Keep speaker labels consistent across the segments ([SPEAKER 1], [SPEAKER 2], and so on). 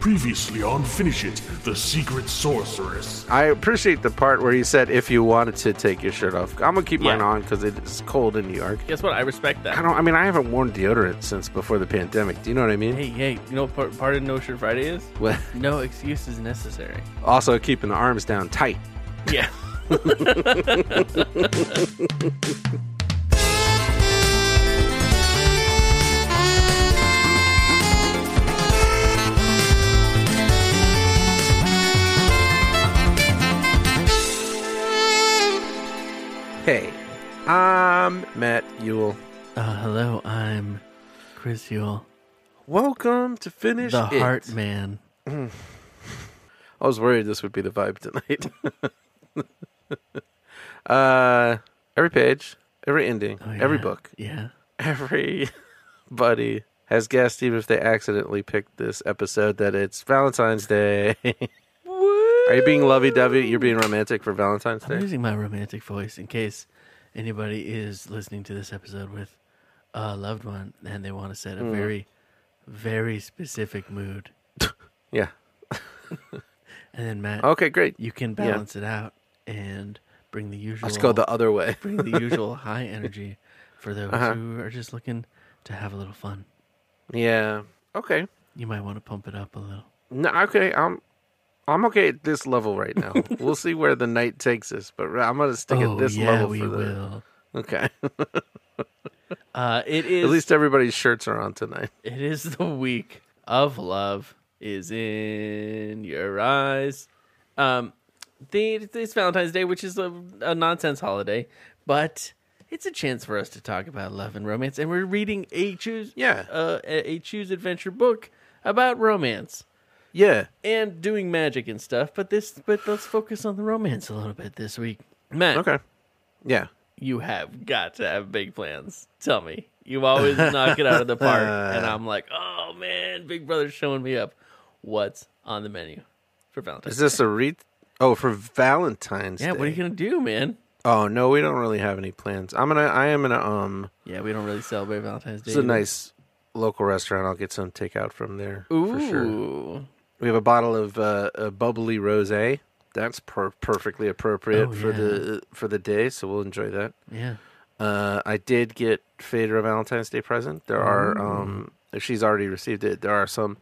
[SPEAKER 1] Previously on Finish It, the secret sorceress.
[SPEAKER 2] I appreciate the part where he said if you wanted to take your shirt off. I'm gonna keep
[SPEAKER 3] Yeah.
[SPEAKER 2] mine on because it's cold in New York.
[SPEAKER 3] Guess what? I respect
[SPEAKER 2] I
[SPEAKER 3] that.
[SPEAKER 2] don't. I mean, I haven't worn deodorant since before the pandemic. Do you know what I mean?
[SPEAKER 3] Hey, hey, you know what part, part of No Shirt Friday is?
[SPEAKER 2] Well,
[SPEAKER 3] No excuse is necessary.
[SPEAKER 2] also keeping the arms down tight.
[SPEAKER 3] Yeah.
[SPEAKER 2] Hey, I'm Matt Ewell.
[SPEAKER 3] Uh, hello, I'm Chris Yule,
[SPEAKER 2] Welcome to finish
[SPEAKER 3] the
[SPEAKER 2] It.
[SPEAKER 3] Heart Man.
[SPEAKER 2] I was worried this would be the vibe tonight. uh, every page, every ending,
[SPEAKER 3] Oh,
[SPEAKER 2] every
[SPEAKER 3] yeah.
[SPEAKER 2] book,
[SPEAKER 3] Yeah.
[SPEAKER 2] everybody has guessed, even if they accidentally picked this episode, that it's Valentine's Day. Are you being lovey dovey? You're being romantic for Valentine's
[SPEAKER 3] I'm
[SPEAKER 2] Day?
[SPEAKER 3] using my romantic voice in case anybody is listening to this episode with a loved one and they want to set a
[SPEAKER 2] Hmm.
[SPEAKER 3] very, very specific mood.
[SPEAKER 2] Yeah.
[SPEAKER 3] And then, Matt,
[SPEAKER 2] Okay, great.
[SPEAKER 3] you can
[SPEAKER 2] Yeah.
[SPEAKER 3] balance it out and bring the usual.
[SPEAKER 2] Let's go the other way.
[SPEAKER 3] bring the usual high energy for those
[SPEAKER 2] Uh-huh.
[SPEAKER 3] who are just looking to have a little fun.
[SPEAKER 2] Yeah. Okay.
[SPEAKER 3] You might want to pump it up a little.
[SPEAKER 2] No, okay. I'm I'm okay at this level right now. we'll see where the night takes us, but I'm gonna stick
[SPEAKER 3] oh
[SPEAKER 2] at this
[SPEAKER 3] yeah,
[SPEAKER 2] level
[SPEAKER 3] we
[SPEAKER 2] for the
[SPEAKER 3] will.
[SPEAKER 2] okay.
[SPEAKER 3] Uh, it is.
[SPEAKER 2] at least everybody's shirts are on tonight.
[SPEAKER 3] it is the week of love is in your eyes. Um, the, it's Valentine's Day, which is a, a nonsense holiday, but it's a chance for us to talk about love and romance, and we're reading a choose
[SPEAKER 2] Yeah.
[SPEAKER 3] uh, a a choose adventure book about romance.
[SPEAKER 2] Yeah.
[SPEAKER 3] and doing magic and stuff. But this, but let's focus on the romance a little bit this week. Matt,
[SPEAKER 2] Okay. Yeah.
[SPEAKER 3] you have got to have big plans. Tell me, you always knock it out of the park, and I'm like, oh man, Big Brother's showing me up. What's on the menu for Valentine's?
[SPEAKER 2] Is this a re? Oh, for Valentine's
[SPEAKER 3] yeah,
[SPEAKER 2] Day.
[SPEAKER 3] what are you gonna do, man?
[SPEAKER 2] Oh no, we don't really have any plans. I'm gonna. I am gonna. Um,
[SPEAKER 3] Yeah, we don't really celebrate Valentine's Day.
[SPEAKER 2] it's a
[SPEAKER 3] either.
[SPEAKER 2] nice local restaurant. I'll get some takeout from there
[SPEAKER 3] Ooh,
[SPEAKER 2] for sure. We have a bottle of uh, a bubbly rosé. That's per- perfectly appropriate
[SPEAKER 3] Oh,
[SPEAKER 2] for
[SPEAKER 3] yeah.
[SPEAKER 2] the for the day, so we'll enjoy that.
[SPEAKER 3] yeah.
[SPEAKER 2] Uh, I did get Fader a Valentine's Day present. There are um, she's already received it. There are some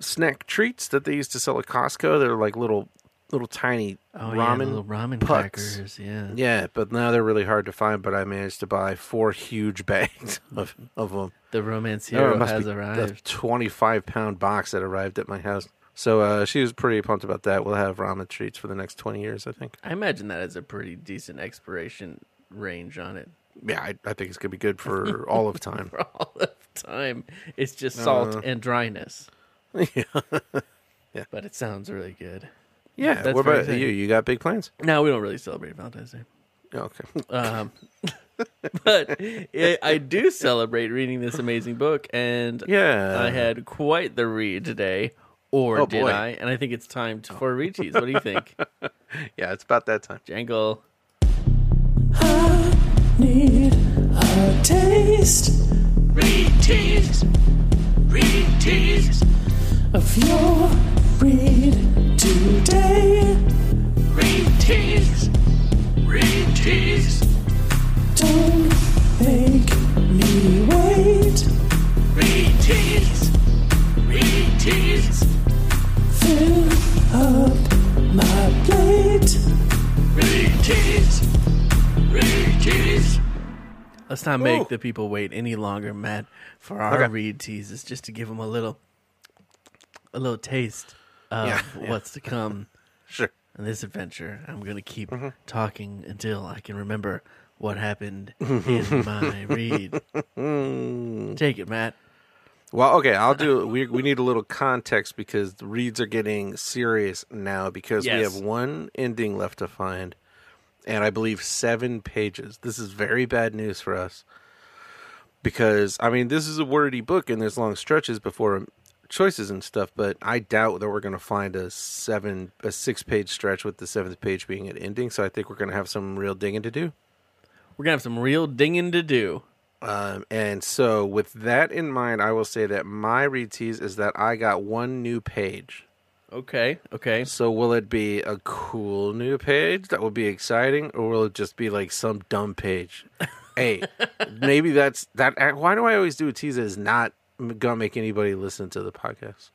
[SPEAKER 2] snack treats that they used to sell at Costco. They're like little little tiny
[SPEAKER 3] Oh yeah,
[SPEAKER 2] ramen.
[SPEAKER 3] the little ramen
[SPEAKER 2] pucks.
[SPEAKER 3] crackers. Yeah.
[SPEAKER 2] Yeah, but now they're really hard to find. But I managed to buy four huge bags of of them.
[SPEAKER 3] the romance hero
[SPEAKER 2] must
[SPEAKER 3] has
[SPEAKER 2] be the
[SPEAKER 3] arrived.
[SPEAKER 2] twenty five pound box that arrived at my house. So uh, she was pretty pumped about that. We'll have ramen treats for the next twenty years, I think.
[SPEAKER 3] I imagine that has a pretty decent expiration range on it.
[SPEAKER 2] Yeah, I, I think it's gonna be good for all of time.
[SPEAKER 3] for all of time. It's just salt and dryness.
[SPEAKER 2] Uh. yeah,
[SPEAKER 3] But it sounds really good.
[SPEAKER 2] yeah.
[SPEAKER 3] That's
[SPEAKER 2] what
[SPEAKER 3] very
[SPEAKER 2] about
[SPEAKER 3] exciting.
[SPEAKER 2] you? You got big plans?
[SPEAKER 3] Now we don't really celebrate Valentine's Day.
[SPEAKER 2] Yeah, okay.
[SPEAKER 3] Um, but it, I do celebrate reading this amazing book, and
[SPEAKER 2] Yeah,
[SPEAKER 3] I had quite the read today. Or
[SPEAKER 2] Oh,
[SPEAKER 3] did
[SPEAKER 2] boy.
[SPEAKER 3] I? And I think it's time to, for Richie's. What do you think,
[SPEAKER 2] yeah. It's about that time.
[SPEAKER 3] Jangle?
[SPEAKER 4] need a taste. Re-tease, re-tease of your read today. Re-tease, re-tease. Don't make me wait. Re-tease, re-tease. Fill up my plate. Re-tease, re-tease.
[SPEAKER 3] Let's not make the people wait any longer, Matt, for our
[SPEAKER 2] Okay.
[SPEAKER 3] read teases, just to give them a little, a little taste of
[SPEAKER 2] Yeah, yeah.
[SPEAKER 3] what's to come.
[SPEAKER 2] Sure.
[SPEAKER 3] in this adventure. I'm going to keep
[SPEAKER 2] Mm-hmm.
[SPEAKER 3] talking until I can remember what happened in my read.
[SPEAKER 2] Mm.
[SPEAKER 3] Take it, Matt.
[SPEAKER 2] Well, okay, I'll do. We we need a little context because the reads are getting serious now because we
[SPEAKER 3] Yes.
[SPEAKER 2] have one ending left to find, and I believe seven pages. This is very bad news for us because I mean this is a wordy book and there's long stretches before choices and stuff, but I doubt that we're going to find a seven a six page stretch with the seventh page being an ending. So I think we're going to have some real digging to do.
[SPEAKER 3] We're going to have some real dinging to do.
[SPEAKER 2] Um, and so, with that in mind, I will say that my read tease is that I got one new page.
[SPEAKER 3] Okay. Okay.
[SPEAKER 2] So, will it be a cool new page that will be exciting, or will it just be like some dumb page? hey, maybe that's that. I- Why do I always do a tease that is not m- gonna make anybody listen to the podcast?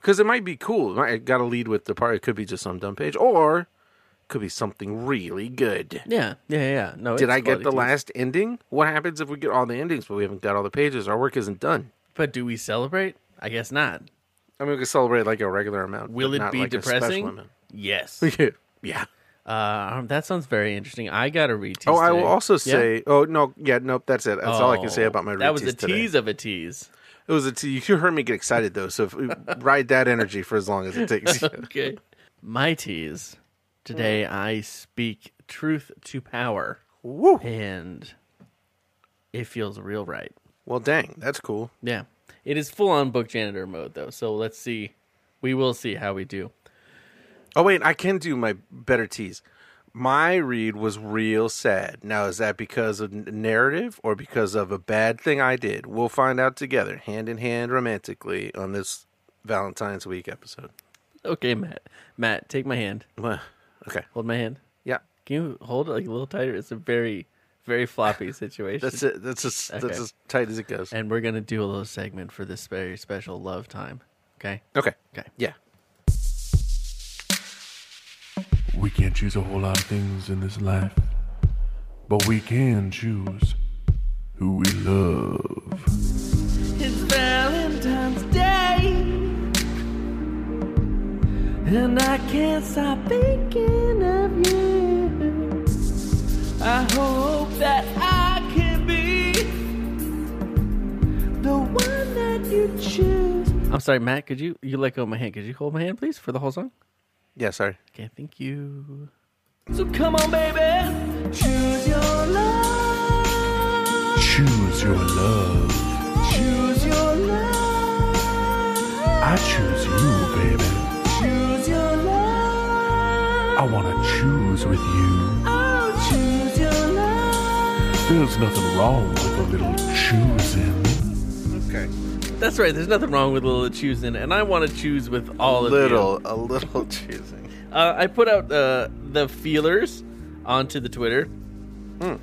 [SPEAKER 2] Because it might be cool. It might got to lead with the part. It could be just some dumb page, or it could be something really good.
[SPEAKER 3] Yeah. Yeah. Yeah. No.
[SPEAKER 2] Did
[SPEAKER 3] it's
[SPEAKER 2] I get
[SPEAKER 3] quality
[SPEAKER 2] the
[SPEAKER 3] teas.
[SPEAKER 2] last ending? What happens if we get all the endings, but we haven't got all the pages? Our work isn't done.
[SPEAKER 3] But do we celebrate? I guess not.
[SPEAKER 2] I mean, we could celebrate like a regular amount.
[SPEAKER 3] Will
[SPEAKER 2] but
[SPEAKER 3] it
[SPEAKER 2] not
[SPEAKER 3] be
[SPEAKER 2] like a special
[SPEAKER 3] depressing?
[SPEAKER 2] amount.
[SPEAKER 3] Yes.
[SPEAKER 2] yeah.
[SPEAKER 3] Uh, that sounds very interesting. I got a read. tease
[SPEAKER 2] Oh, I will
[SPEAKER 3] today.
[SPEAKER 2] also
[SPEAKER 3] Yeah?
[SPEAKER 2] say. Oh no, yeah, nope. That's it. That's all I can say
[SPEAKER 3] Oh,
[SPEAKER 2] about my.
[SPEAKER 3] That was a
[SPEAKER 2] retease today.
[SPEAKER 3] tease of a tease.
[SPEAKER 2] It was a tease. You heard me get excited though, so if, ride that energy for as long as it takes.
[SPEAKER 3] Okay. My tease today.
[SPEAKER 2] Hmm.
[SPEAKER 3] I speak truth to power,
[SPEAKER 2] Woo!
[SPEAKER 3] and it feels real right.
[SPEAKER 2] Well, dang, that's cool.
[SPEAKER 3] Yeah. It is full on book janitor mode though, so let's see. We will see how we do.
[SPEAKER 2] Oh wait, I can do my better tease. My read was real sad. Now is that because of n- narrative or because of a bad thing I did? We'll find out together, hand in hand, romantically, on this Valentine's week episode.
[SPEAKER 3] Okay, Matt. Matt, take my hand.
[SPEAKER 2] Well, Okay.
[SPEAKER 3] Hold my hand.
[SPEAKER 2] Yeah.
[SPEAKER 3] Can you hold it like a little tighter? It's a very, very floppy situation.
[SPEAKER 2] That's it. That's as
[SPEAKER 3] Okay.
[SPEAKER 2] that's as tight as it goes.
[SPEAKER 3] And we're gonna do a little segment for this very special love time. Okay.
[SPEAKER 2] Okay.
[SPEAKER 3] Okay.
[SPEAKER 2] Yeah.
[SPEAKER 1] We can't choose a whole lot of things in this life, but we can choose who we love.
[SPEAKER 3] It's Valentine's Day, and I can't stop thinking of you. I hope that I can be the one that you choose. I'm sorry, Matt. Could you you let go of my hand? Could you hold my hand, please, for the whole song?
[SPEAKER 2] Yeah. Sorry.
[SPEAKER 3] Okay, thank you. So come on, baby, choose your love.
[SPEAKER 1] Choose your love.
[SPEAKER 3] Choose your love.
[SPEAKER 1] I choose you, baby.
[SPEAKER 3] Choose your love.
[SPEAKER 1] I want to choose with you.
[SPEAKER 3] Oh, choose your love.
[SPEAKER 1] There's nothing wrong with a little choosing.
[SPEAKER 2] Okay.
[SPEAKER 3] That's right. There's nothing wrong with a little choosing, and I want to choose with all of you.
[SPEAKER 2] Little, a little choosing.
[SPEAKER 3] Uh, I put out uh, the feelers onto the Twitter,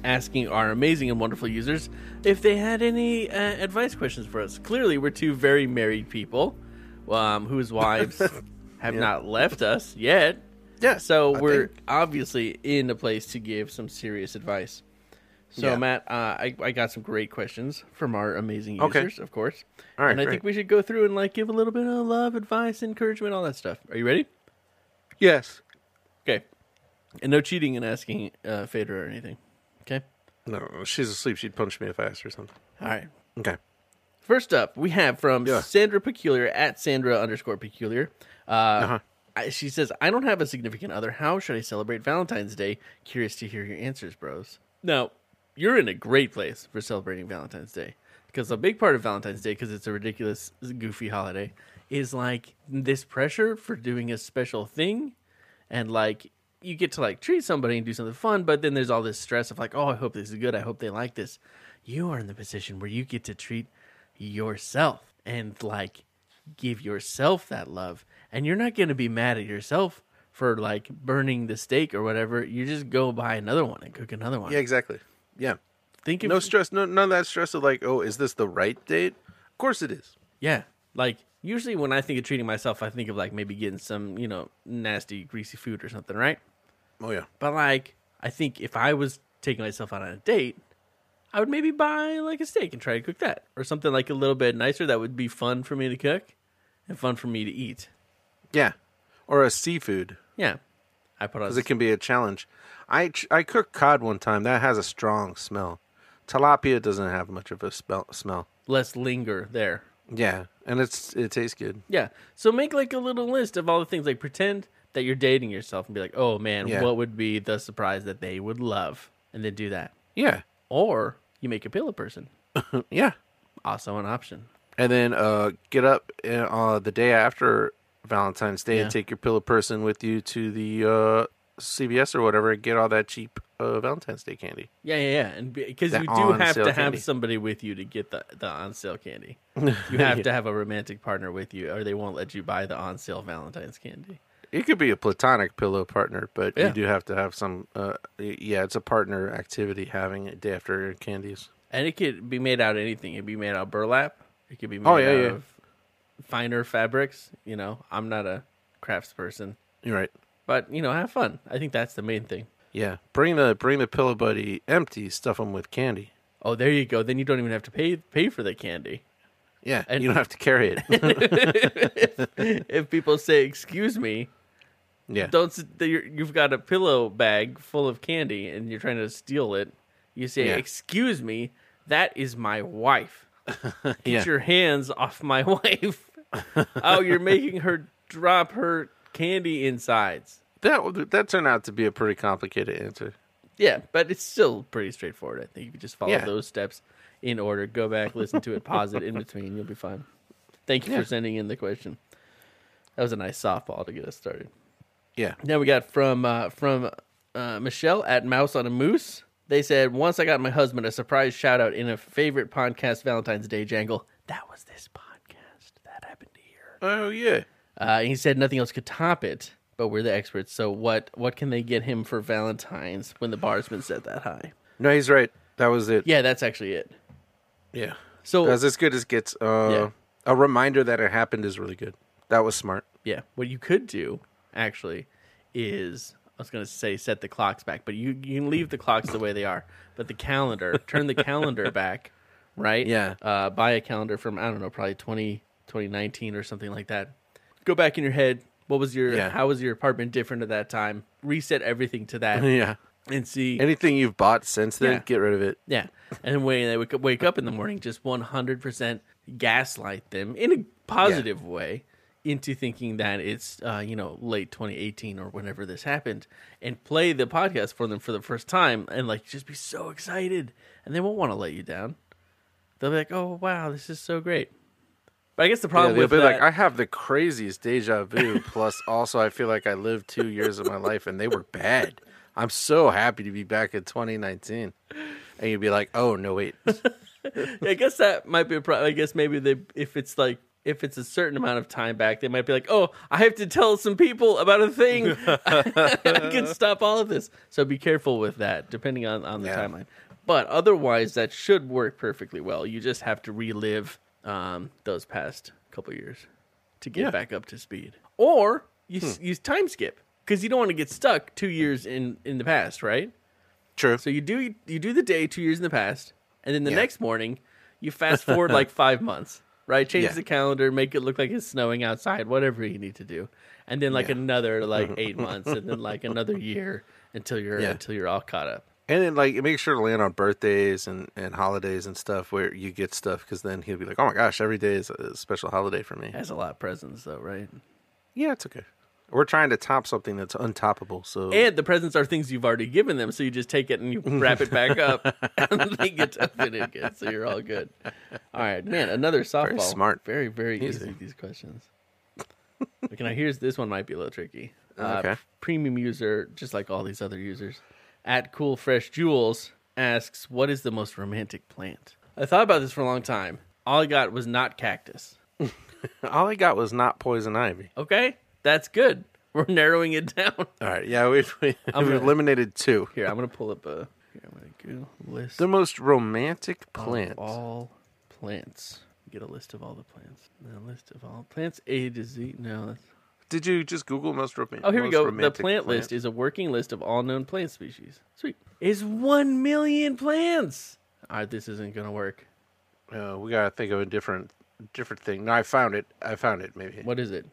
[SPEAKER 3] asking our amazing and wonderful users if they had any uh, advice questions for us. Clearly, we're two very married people um, whose wives have not left us yet.
[SPEAKER 2] Yeah.
[SPEAKER 3] So
[SPEAKER 2] I
[SPEAKER 3] we're
[SPEAKER 2] think-
[SPEAKER 3] obviously in a place to give some serious advice. So
[SPEAKER 2] Yeah.
[SPEAKER 3] Matt, uh, I, I got some great questions from our amazing
[SPEAKER 2] Okay.
[SPEAKER 3] users, of course.
[SPEAKER 2] All right,
[SPEAKER 3] and I
[SPEAKER 2] great.
[SPEAKER 3] think we should go through and like give a little bit of love, advice, encouragement, all that stuff. Are you ready?
[SPEAKER 2] yes.
[SPEAKER 3] Okay. And no cheating and asking uh, Fader or anything. Okay.
[SPEAKER 2] No, she's asleep. She'd punch me if I asked her something.
[SPEAKER 3] All right.
[SPEAKER 2] Okay.
[SPEAKER 3] First up, we have from
[SPEAKER 2] Yeah.
[SPEAKER 3] Sandra Peculiar at Sandra underscore Peculiar. Uh,
[SPEAKER 2] Uh-huh.
[SPEAKER 3] I, she says, "I don't have a significant other. How should I celebrate Valentine's Day? Curious to hear your answers, bros." Now, you're in a great place for celebrating Valentine's Day because a big part of Valentine's Day, because it's a ridiculous, goofy holiday, is like this pressure for doing a special thing and like you get to like treat somebody and do something fun but then there's all this stress of like oh i hope this is good i hope they like this you are in the position where you get to treat yourself and like give yourself that love and you're not going to be mad at yourself for like burning the steak or whatever you just go buy another one and cook another one
[SPEAKER 2] Yeah. Exactly. Yeah.
[SPEAKER 3] think of
[SPEAKER 2] No stress. No, none of that stress of like, oh, is this the right date? Of course it is.
[SPEAKER 3] Yeah. Like usually when I think of treating myself, I think of like maybe getting some, you know, nasty greasy food or something, right?
[SPEAKER 2] Oh yeah.
[SPEAKER 3] But like I think if I was taking myself out on a date, I would maybe buy like a steak and try to cook that or something like a little bit nicer that would be fun for me to cook and fun for me to eat.
[SPEAKER 2] Yeah. Or a seafood
[SPEAKER 3] Yeah. I put on
[SPEAKER 2] because it can be a challenge. I ch- I cooked cod one time. That has a strong smell. Tilapia doesn't have much of a smell. Smell.
[SPEAKER 3] less linger there.
[SPEAKER 2] Yeah, and it's it tastes good.
[SPEAKER 3] Yeah. So make like a little list of all the things like pretend that you're dating yourself and be like, "Oh man,
[SPEAKER 2] Yeah.
[SPEAKER 3] what would be the surprise that they would love?" and then do that.
[SPEAKER 2] Yeah.
[SPEAKER 3] Or you make a pillow person.
[SPEAKER 2] Yeah.
[SPEAKER 3] also an option.
[SPEAKER 2] And then uh, get up uh, uh, the day after Valentine's Day
[SPEAKER 3] Yeah.
[SPEAKER 2] and take your pillow person with you to the uh, CVS or whatever and get all that cheap uh, Valentine's Day candy.
[SPEAKER 3] Yeah, yeah, yeah. And because
[SPEAKER 2] The
[SPEAKER 3] you do
[SPEAKER 2] on
[SPEAKER 3] have to
[SPEAKER 2] sale candy.
[SPEAKER 3] have somebody with you to get the, the on sale candy. You have to have a romantic partner with you, or they won't let you buy the on sale Valentine's candy.
[SPEAKER 2] It could be a platonic pillow partner, but
[SPEAKER 3] Yeah.
[SPEAKER 2] you do have to have some. Uh, y- yeah, it's a partner activity having it day after candies.
[SPEAKER 3] And it could be made out of anything. It could be made out of burlap. It could be made
[SPEAKER 2] Oh, yeah,
[SPEAKER 3] out
[SPEAKER 2] yeah.
[SPEAKER 3] of finer fabrics. You know, I'm not a crafts person,
[SPEAKER 2] You're right.
[SPEAKER 3] but you know, have fun. I think that's the main thing.
[SPEAKER 2] Yeah, bring the bring the pillow buddy empty. Stuff them with candy.
[SPEAKER 3] Oh, there you go. Then you don't even have to pay pay for the candy.
[SPEAKER 2] Yeah,
[SPEAKER 3] And-
[SPEAKER 2] you don't have to carry it.
[SPEAKER 3] if people say, "Excuse me,"
[SPEAKER 2] yeah,
[SPEAKER 3] don't s- that you're- you've got a pillow bag full of candy and you're trying to steal it. You say,
[SPEAKER 2] Yeah.
[SPEAKER 3] "Excuse me, that is my wife. Get
[SPEAKER 2] Yeah.
[SPEAKER 3] your hands off my wife! oh, you're making her drop her candy insides."
[SPEAKER 2] that that turned out to be a pretty complicated answer.
[SPEAKER 3] Yeah, but it's still pretty straightforward. I think if you just follow
[SPEAKER 2] Yeah.
[SPEAKER 3] those steps in order, go back, listen to it, pause it in between, you'll be fine. Thank you
[SPEAKER 2] Yeah.
[SPEAKER 3] for sending in the question. That was a nice softball to get us started.
[SPEAKER 2] Yeah,
[SPEAKER 3] Now we got from uh, from uh, Michelle at Mouse on a Moose. They said once I got my husband a surprise shout out in a favorite podcast Valentine's Day jangle. That was this podcast that happened here.
[SPEAKER 2] Oh yeah.
[SPEAKER 3] Uh, he said nothing else could top it, but we're the experts. So what what can they get him for Valentine's when the bar's been set that high?
[SPEAKER 2] No, he's right. That was it.
[SPEAKER 3] Yeah, that's actually it.
[SPEAKER 2] Yeah.
[SPEAKER 3] So
[SPEAKER 2] That's as good as gets. Uh, A reminder that it happened is really good. That was smart.
[SPEAKER 3] yeah, what you could do actually is I was going to say set the clocks back, but you you can leave the clocks the way they are, but the calendar turn the calendar back, right?
[SPEAKER 2] Yeah.
[SPEAKER 3] Uh, buy a calendar from I don't know, probably 20, 2019 or something like that. Go back in your head. What was your?
[SPEAKER 2] Yeah.
[SPEAKER 3] How was your apartment different at that time? Reset everything to that
[SPEAKER 2] Yeah.
[SPEAKER 3] and see.
[SPEAKER 2] Anything you've bought since then,
[SPEAKER 3] Yeah.
[SPEAKER 2] get rid of it.
[SPEAKER 3] Yeah, and then when they wake up, wake up in the morning, just one hundred percent gaslight them in a positive way into thinking that it's uh, you know late twenty eighteen or whenever this happened, and play the podcast for them for the first time, and like just be so excited, and they won't want to let you down. They'll be like, "Oh wow, this is so great." But I guess the
[SPEAKER 2] Yeah,
[SPEAKER 3] problem
[SPEAKER 2] they'll
[SPEAKER 3] Uh, with
[SPEAKER 2] be like,
[SPEAKER 3] that-
[SPEAKER 2] I have the craziest deja vu. Plus, also, I feel like I lived two years of my life and they were bad. I'm so happy to be back in 2019. And you'd be like, oh, no, wait.
[SPEAKER 3] I guess that might be a problem. I guess maybe they, if it's like, if it's a certain amount of time back, they might be like, "Oh, I have to tell some people about a thing. I can stop all of this." So be careful with that, depending on on the
[SPEAKER 2] Yeah.
[SPEAKER 3] timeline. But otherwise, that should work perfectly well. You just have to relive um, those past couple years to get
[SPEAKER 2] Yeah. Hmm.
[SPEAKER 3] back up to speed, or you s you time skip because you don't want to get stuck two years in in the past, right?
[SPEAKER 2] True.
[SPEAKER 3] So you do you do the day two years in the past, and then the
[SPEAKER 2] Yeah.
[SPEAKER 3] next morning you fast forward like five months, right? Change
[SPEAKER 2] Yeah.
[SPEAKER 3] the calendar, make it look like it's snowing outside, whatever you need to do, and then like another like eight months, and then like another year until you're
[SPEAKER 2] Yeah.
[SPEAKER 3] until you're all caught up.
[SPEAKER 2] And then, like, make sure to land on birthdays and, and holidays and stuff where you get stuff because then he'll be like, oh my gosh, every day is a special holiday for me.
[SPEAKER 3] That's a lot of presents though, right?
[SPEAKER 2] Yeah, it's okay. We're trying to top something that's untoppable. So
[SPEAKER 3] And the presents are things you've already given them, so you just take it and you wrap it back up, and they get to open it again, so you're all good. All right, man, another softball.
[SPEAKER 2] smart.
[SPEAKER 3] very very easy.
[SPEAKER 2] Easy.
[SPEAKER 3] these questions. Okay, now here's this one might be a little tricky. Uh,
[SPEAKER 2] Okay.
[SPEAKER 3] Premium user, just like all these other users, at Cool Fresh Jewels asks, "What is the most romantic plant?" I thought about this for a long time. All I got was not cactus.
[SPEAKER 2] all I got was not poison ivy.
[SPEAKER 3] Okay, that's good. We're narrowing it down.
[SPEAKER 2] All right, yeah, we've, we,
[SPEAKER 3] I'm
[SPEAKER 2] we've
[SPEAKER 3] gonna-
[SPEAKER 2] eliminated two.
[SPEAKER 3] Here, I'm gonna pull up a. Here, I'm gonna go list.
[SPEAKER 2] The most romantic
[SPEAKER 3] of
[SPEAKER 2] plant.
[SPEAKER 3] all plants. Get a list of all the plants. A list of all plants. A to Z. No. That's...
[SPEAKER 2] Did you just Google most romantic?
[SPEAKER 3] Oh, here we go. The plant list is a working list of all known plant species. Sweet. Is one million plants. All right, this isn't gonna work.
[SPEAKER 2] Uh, we gotta think of a different, different thing. No, I found it. I found it. Maybe
[SPEAKER 3] What is it?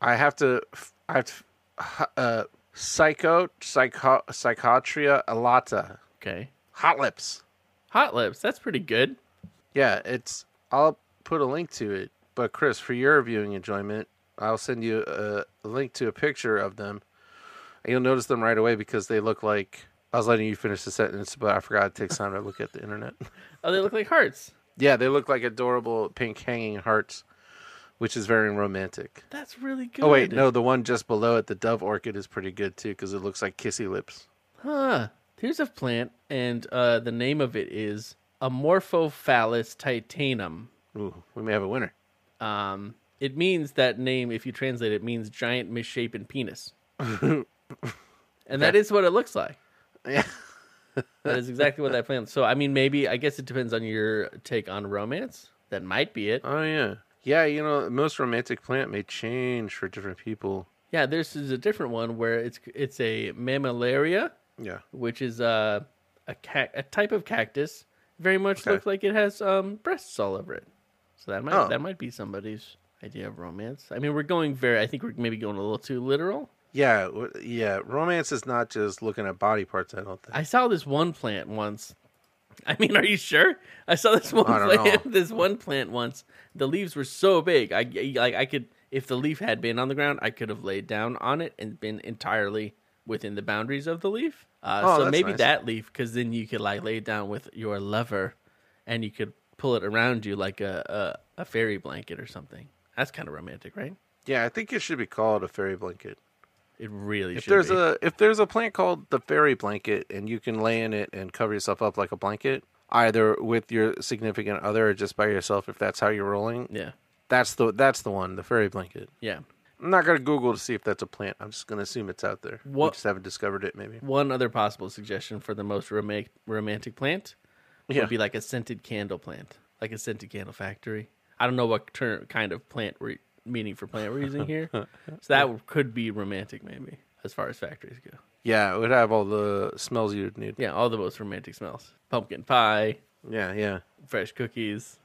[SPEAKER 2] I have to. I have to. Uh, psycho, psycho, psychotria alata,
[SPEAKER 3] Okay.
[SPEAKER 2] hot lips.
[SPEAKER 3] Hot lips. That's pretty good.
[SPEAKER 2] Yeah, it's. I'll put a link to it. But Chris, for your viewing enjoyment, I'll send you a, a link to a picture of them. And you'll notice them right away because they look like. I was letting you finish the sentence, but I forgot it takes time to look at the internet.
[SPEAKER 3] Oh, they look like hearts.
[SPEAKER 2] Yeah, they look like adorable pink hanging hearts, which is very romantic.
[SPEAKER 3] That's really good.
[SPEAKER 2] Oh wait, no, the one just below it, the dove orchid, is pretty good too because it looks like kissy lips.
[SPEAKER 3] Huh. Here's a plant, and uh, the name of it is Amorphophallus titanum.
[SPEAKER 2] Ooh, we may have a winner.
[SPEAKER 3] Um, it means that name, if you translate it, means giant misshapen penis. and that is what it looks like.
[SPEAKER 2] Yeah.
[SPEAKER 3] That is exactly what that plant. So, I mean, maybe, I guess it depends on your take on romance. That might be it.
[SPEAKER 2] Oh yeah. Yeah, you know, most romantic plant may change for different people.
[SPEAKER 3] Yeah, this is a different one where it's it's a mammillaria,
[SPEAKER 2] Yeah.
[SPEAKER 3] which is uh, a cac- a type of cactus. Very much
[SPEAKER 2] Okay.
[SPEAKER 3] looks like it has um, breasts all over it. So that might
[SPEAKER 2] Oh.
[SPEAKER 3] that might be somebody's idea of romance. I mean, we're going very. I think we're maybe going a little too literal.
[SPEAKER 2] Yeah, w- yeah. Romance is not just looking at body parts. I don't think.
[SPEAKER 3] I saw this one plant once. I mean, are you sure? I saw this one
[SPEAKER 2] I don't
[SPEAKER 3] plant. This one plant once. The leaves were so big. I like I could if the leaf had been on the ground, I could have laid down on it and been entirely within the boundaries of the leaf. Uh,
[SPEAKER 2] Oh,
[SPEAKER 3] so
[SPEAKER 2] that's
[SPEAKER 3] maybe
[SPEAKER 2] nice.
[SPEAKER 3] that leaf, because then you could like lay down with your lover, and you could pull it around you like a a, a fairy blanket or something. That's kind of romantic, right?
[SPEAKER 2] Yeah, I think it should be called a fairy blanket.
[SPEAKER 3] It really
[SPEAKER 2] If
[SPEAKER 3] should
[SPEAKER 2] there's
[SPEAKER 3] be.
[SPEAKER 2] a if there's a plant called the fairy blanket and you can lay in it and cover yourself up like a blanket, either with your significant other or just by yourself, if that's how you're rolling,
[SPEAKER 3] yeah,
[SPEAKER 2] that's the that's the one, the fairy blanket.
[SPEAKER 3] yeah.
[SPEAKER 2] I'm not gonna Google to see if that's a plant. I'm just gonna assume it's out there. We
[SPEAKER 3] What-
[SPEAKER 2] just haven't discovered it, maybe.
[SPEAKER 3] One other possible suggestion for the most romantic romantic plant
[SPEAKER 2] Yeah.
[SPEAKER 3] would be like a scented candle plant, like a scented candle factory. I don't know what term, kind of plant we're meaning for plant we're using here. so that could be romantic, maybe as far as factories go.
[SPEAKER 2] yeah, it would have all the smells you'd need.
[SPEAKER 3] Yeah, all the most romantic smells: pumpkin pie,
[SPEAKER 2] Yeah, yeah.
[SPEAKER 3] fresh cookies,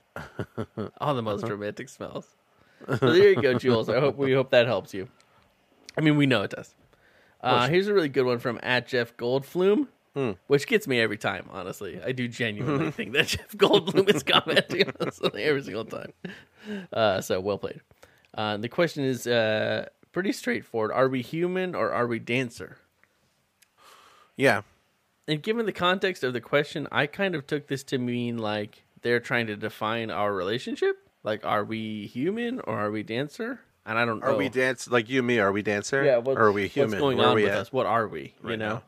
[SPEAKER 3] all the most romantic smells. So there you go, Jules. I hope we hope that helps you. I mean, we know it does. Uh, here's a really good one from at Jeff Goldflume, which gets me every time. Honestly, I do genuinely think that Jeff Goldflume is commenting on something every single time. Uh, so well played. Uh, the question is uh, pretty straightforward: Are we human or are we dancer?
[SPEAKER 2] Yeah.
[SPEAKER 3] and given the context of the question, I kind of took this to mean like they're trying to define our relationship. Like, are we human or are we dancer? And I don't
[SPEAKER 2] Are
[SPEAKER 3] know.
[SPEAKER 2] we dance like you and me? Are we dancer?
[SPEAKER 3] Oh. Yeah,
[SPEAKER 2] Or
[SPEAKER 3] what's,
[SPEAKER 2] are we human?
[SPEAKER 3] What's going
[SPEAKER 2] Where are
[SPEAKER 3] on
[SPEAKER 2] we
[SPEAKER 3] with
[SPEAKER 2] at?
[SPEAKER 3] us? What are we? you know,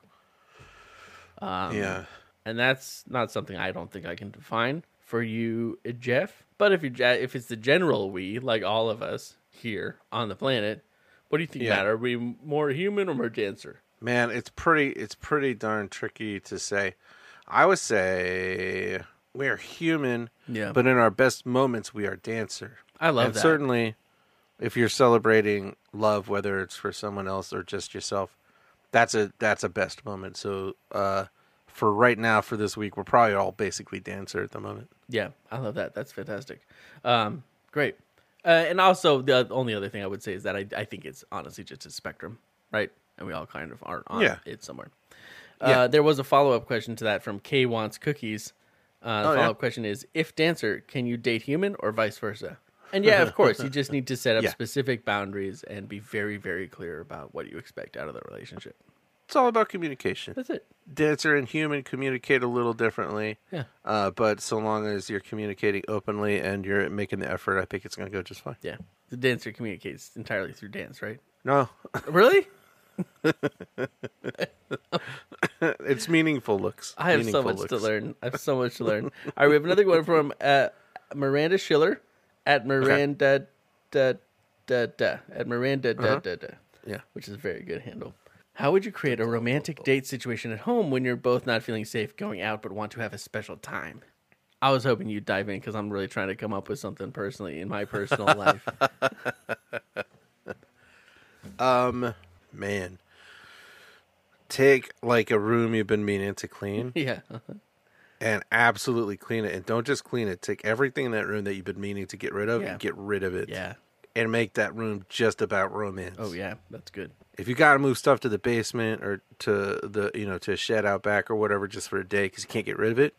[SPEAKER 2] yeah.
[SPEAKER 3] and that's not something I don't think I can define for you, uh, Jeff. But if you if it's the general we, like all of us here on the planet, what do you think?
[SPEAKER 2] Yeah.
[SPEAKER 3] Matt, are we more human or more dancer?
[SPEAKER 2] Man, it's pretty it's pretty darn tricky to say. I would say we're human,
[SPEAKER 3] Yeah.
[SPEAKER 2] but in our best moments we are dancer.
[SPEAKER 3] I love
[SPEAKER 2] and
[SPEAKER 3] that.
[SPEAKER 2] certainly if you're celebrating love, whether it's for someone else or just yourself, that's a that's a best moment. So uh for right now, for this week, we're probably all basically dancer at the moment.
[SPEAKER 3] Yeah, I love that. That's fantastic. Um, great. Uh, and also, the only other thing I would say is that I, I think it's honestly just a spectrum, right? And we all kind of are on
[SPEAKER 2] Yeah.
[SPEAKER 3] it somewhere.
[SPEAKER 2] Yeah.
[SPEAKER 3] Uh, there was a follow up question to that from K Wants Cookies. Uh, the
[SPEAKER 2] Oh, yeah.
[SPEAKER 3] follow up question is If dancer, can you date human or vice versa? And yeah, of course, you just need to set up
[SPEAKER 2] Yeah.
[SPEAKER 3] specific boundaries and be very, very clear about what you expect out of the relationship.
[SPEAKER 2] It's all about communication.
[SPEAKER 3] That's it.
[SPEAKER 2] dancer and human communicate a little differently.
[SPEAKER 3] Yeah.
[SPEAKER 2] Uh, but so long as you're communicating openly and you're making the effort, I think it's going to go just fine.
[SPEAKER 3] Yeah. The dancer communicates entirely through dance, right?
[SPEAKER 2] No,
[SPEAKER 3] Really?
[SPEAKER 2] it's meaningful looks.
[SPEAKER 3] I have so
[SPEAKER 2] Meaningful
[SPEAKER 3] much to
[SPEAKER 2] looks.
[SPEAKER 3] learn. I have so much to learn. All right, we have another one from uh, Miranda Schiller at Miranda da, da, da, at Miranda da, da, da,
[SPEAKER 2] Yeah.
[SPEAKER 3] which is a very good handle. How would you create a romantic date situation at home when you're both not feeling safe going out but want to have a special time? I was hoping you'd dive in because I'm really trying to come up with something personally in my personal life.
[SPEAKER 2] Um, man, take like a room you've been meaning to clean
[SPEAKER 3] Yeah.
[SPEAKER 2] and absolutely clean it. And don't just clean it. Take everything in that room that you've been meaning to get rid of
[SPEAKER 3] Yeah.
[SPEAKER 2] and get rid of it.
[SPEAKER 3] Yeah.
[SPEAKER 2] And make that room just about romance.
[SPEAKER 3] Oh, yeah. That's good.
[SPEAKER 2] if you got to move stuff to the basement or to the you know to a shed out back or whatever just for a day because you can't get rid of it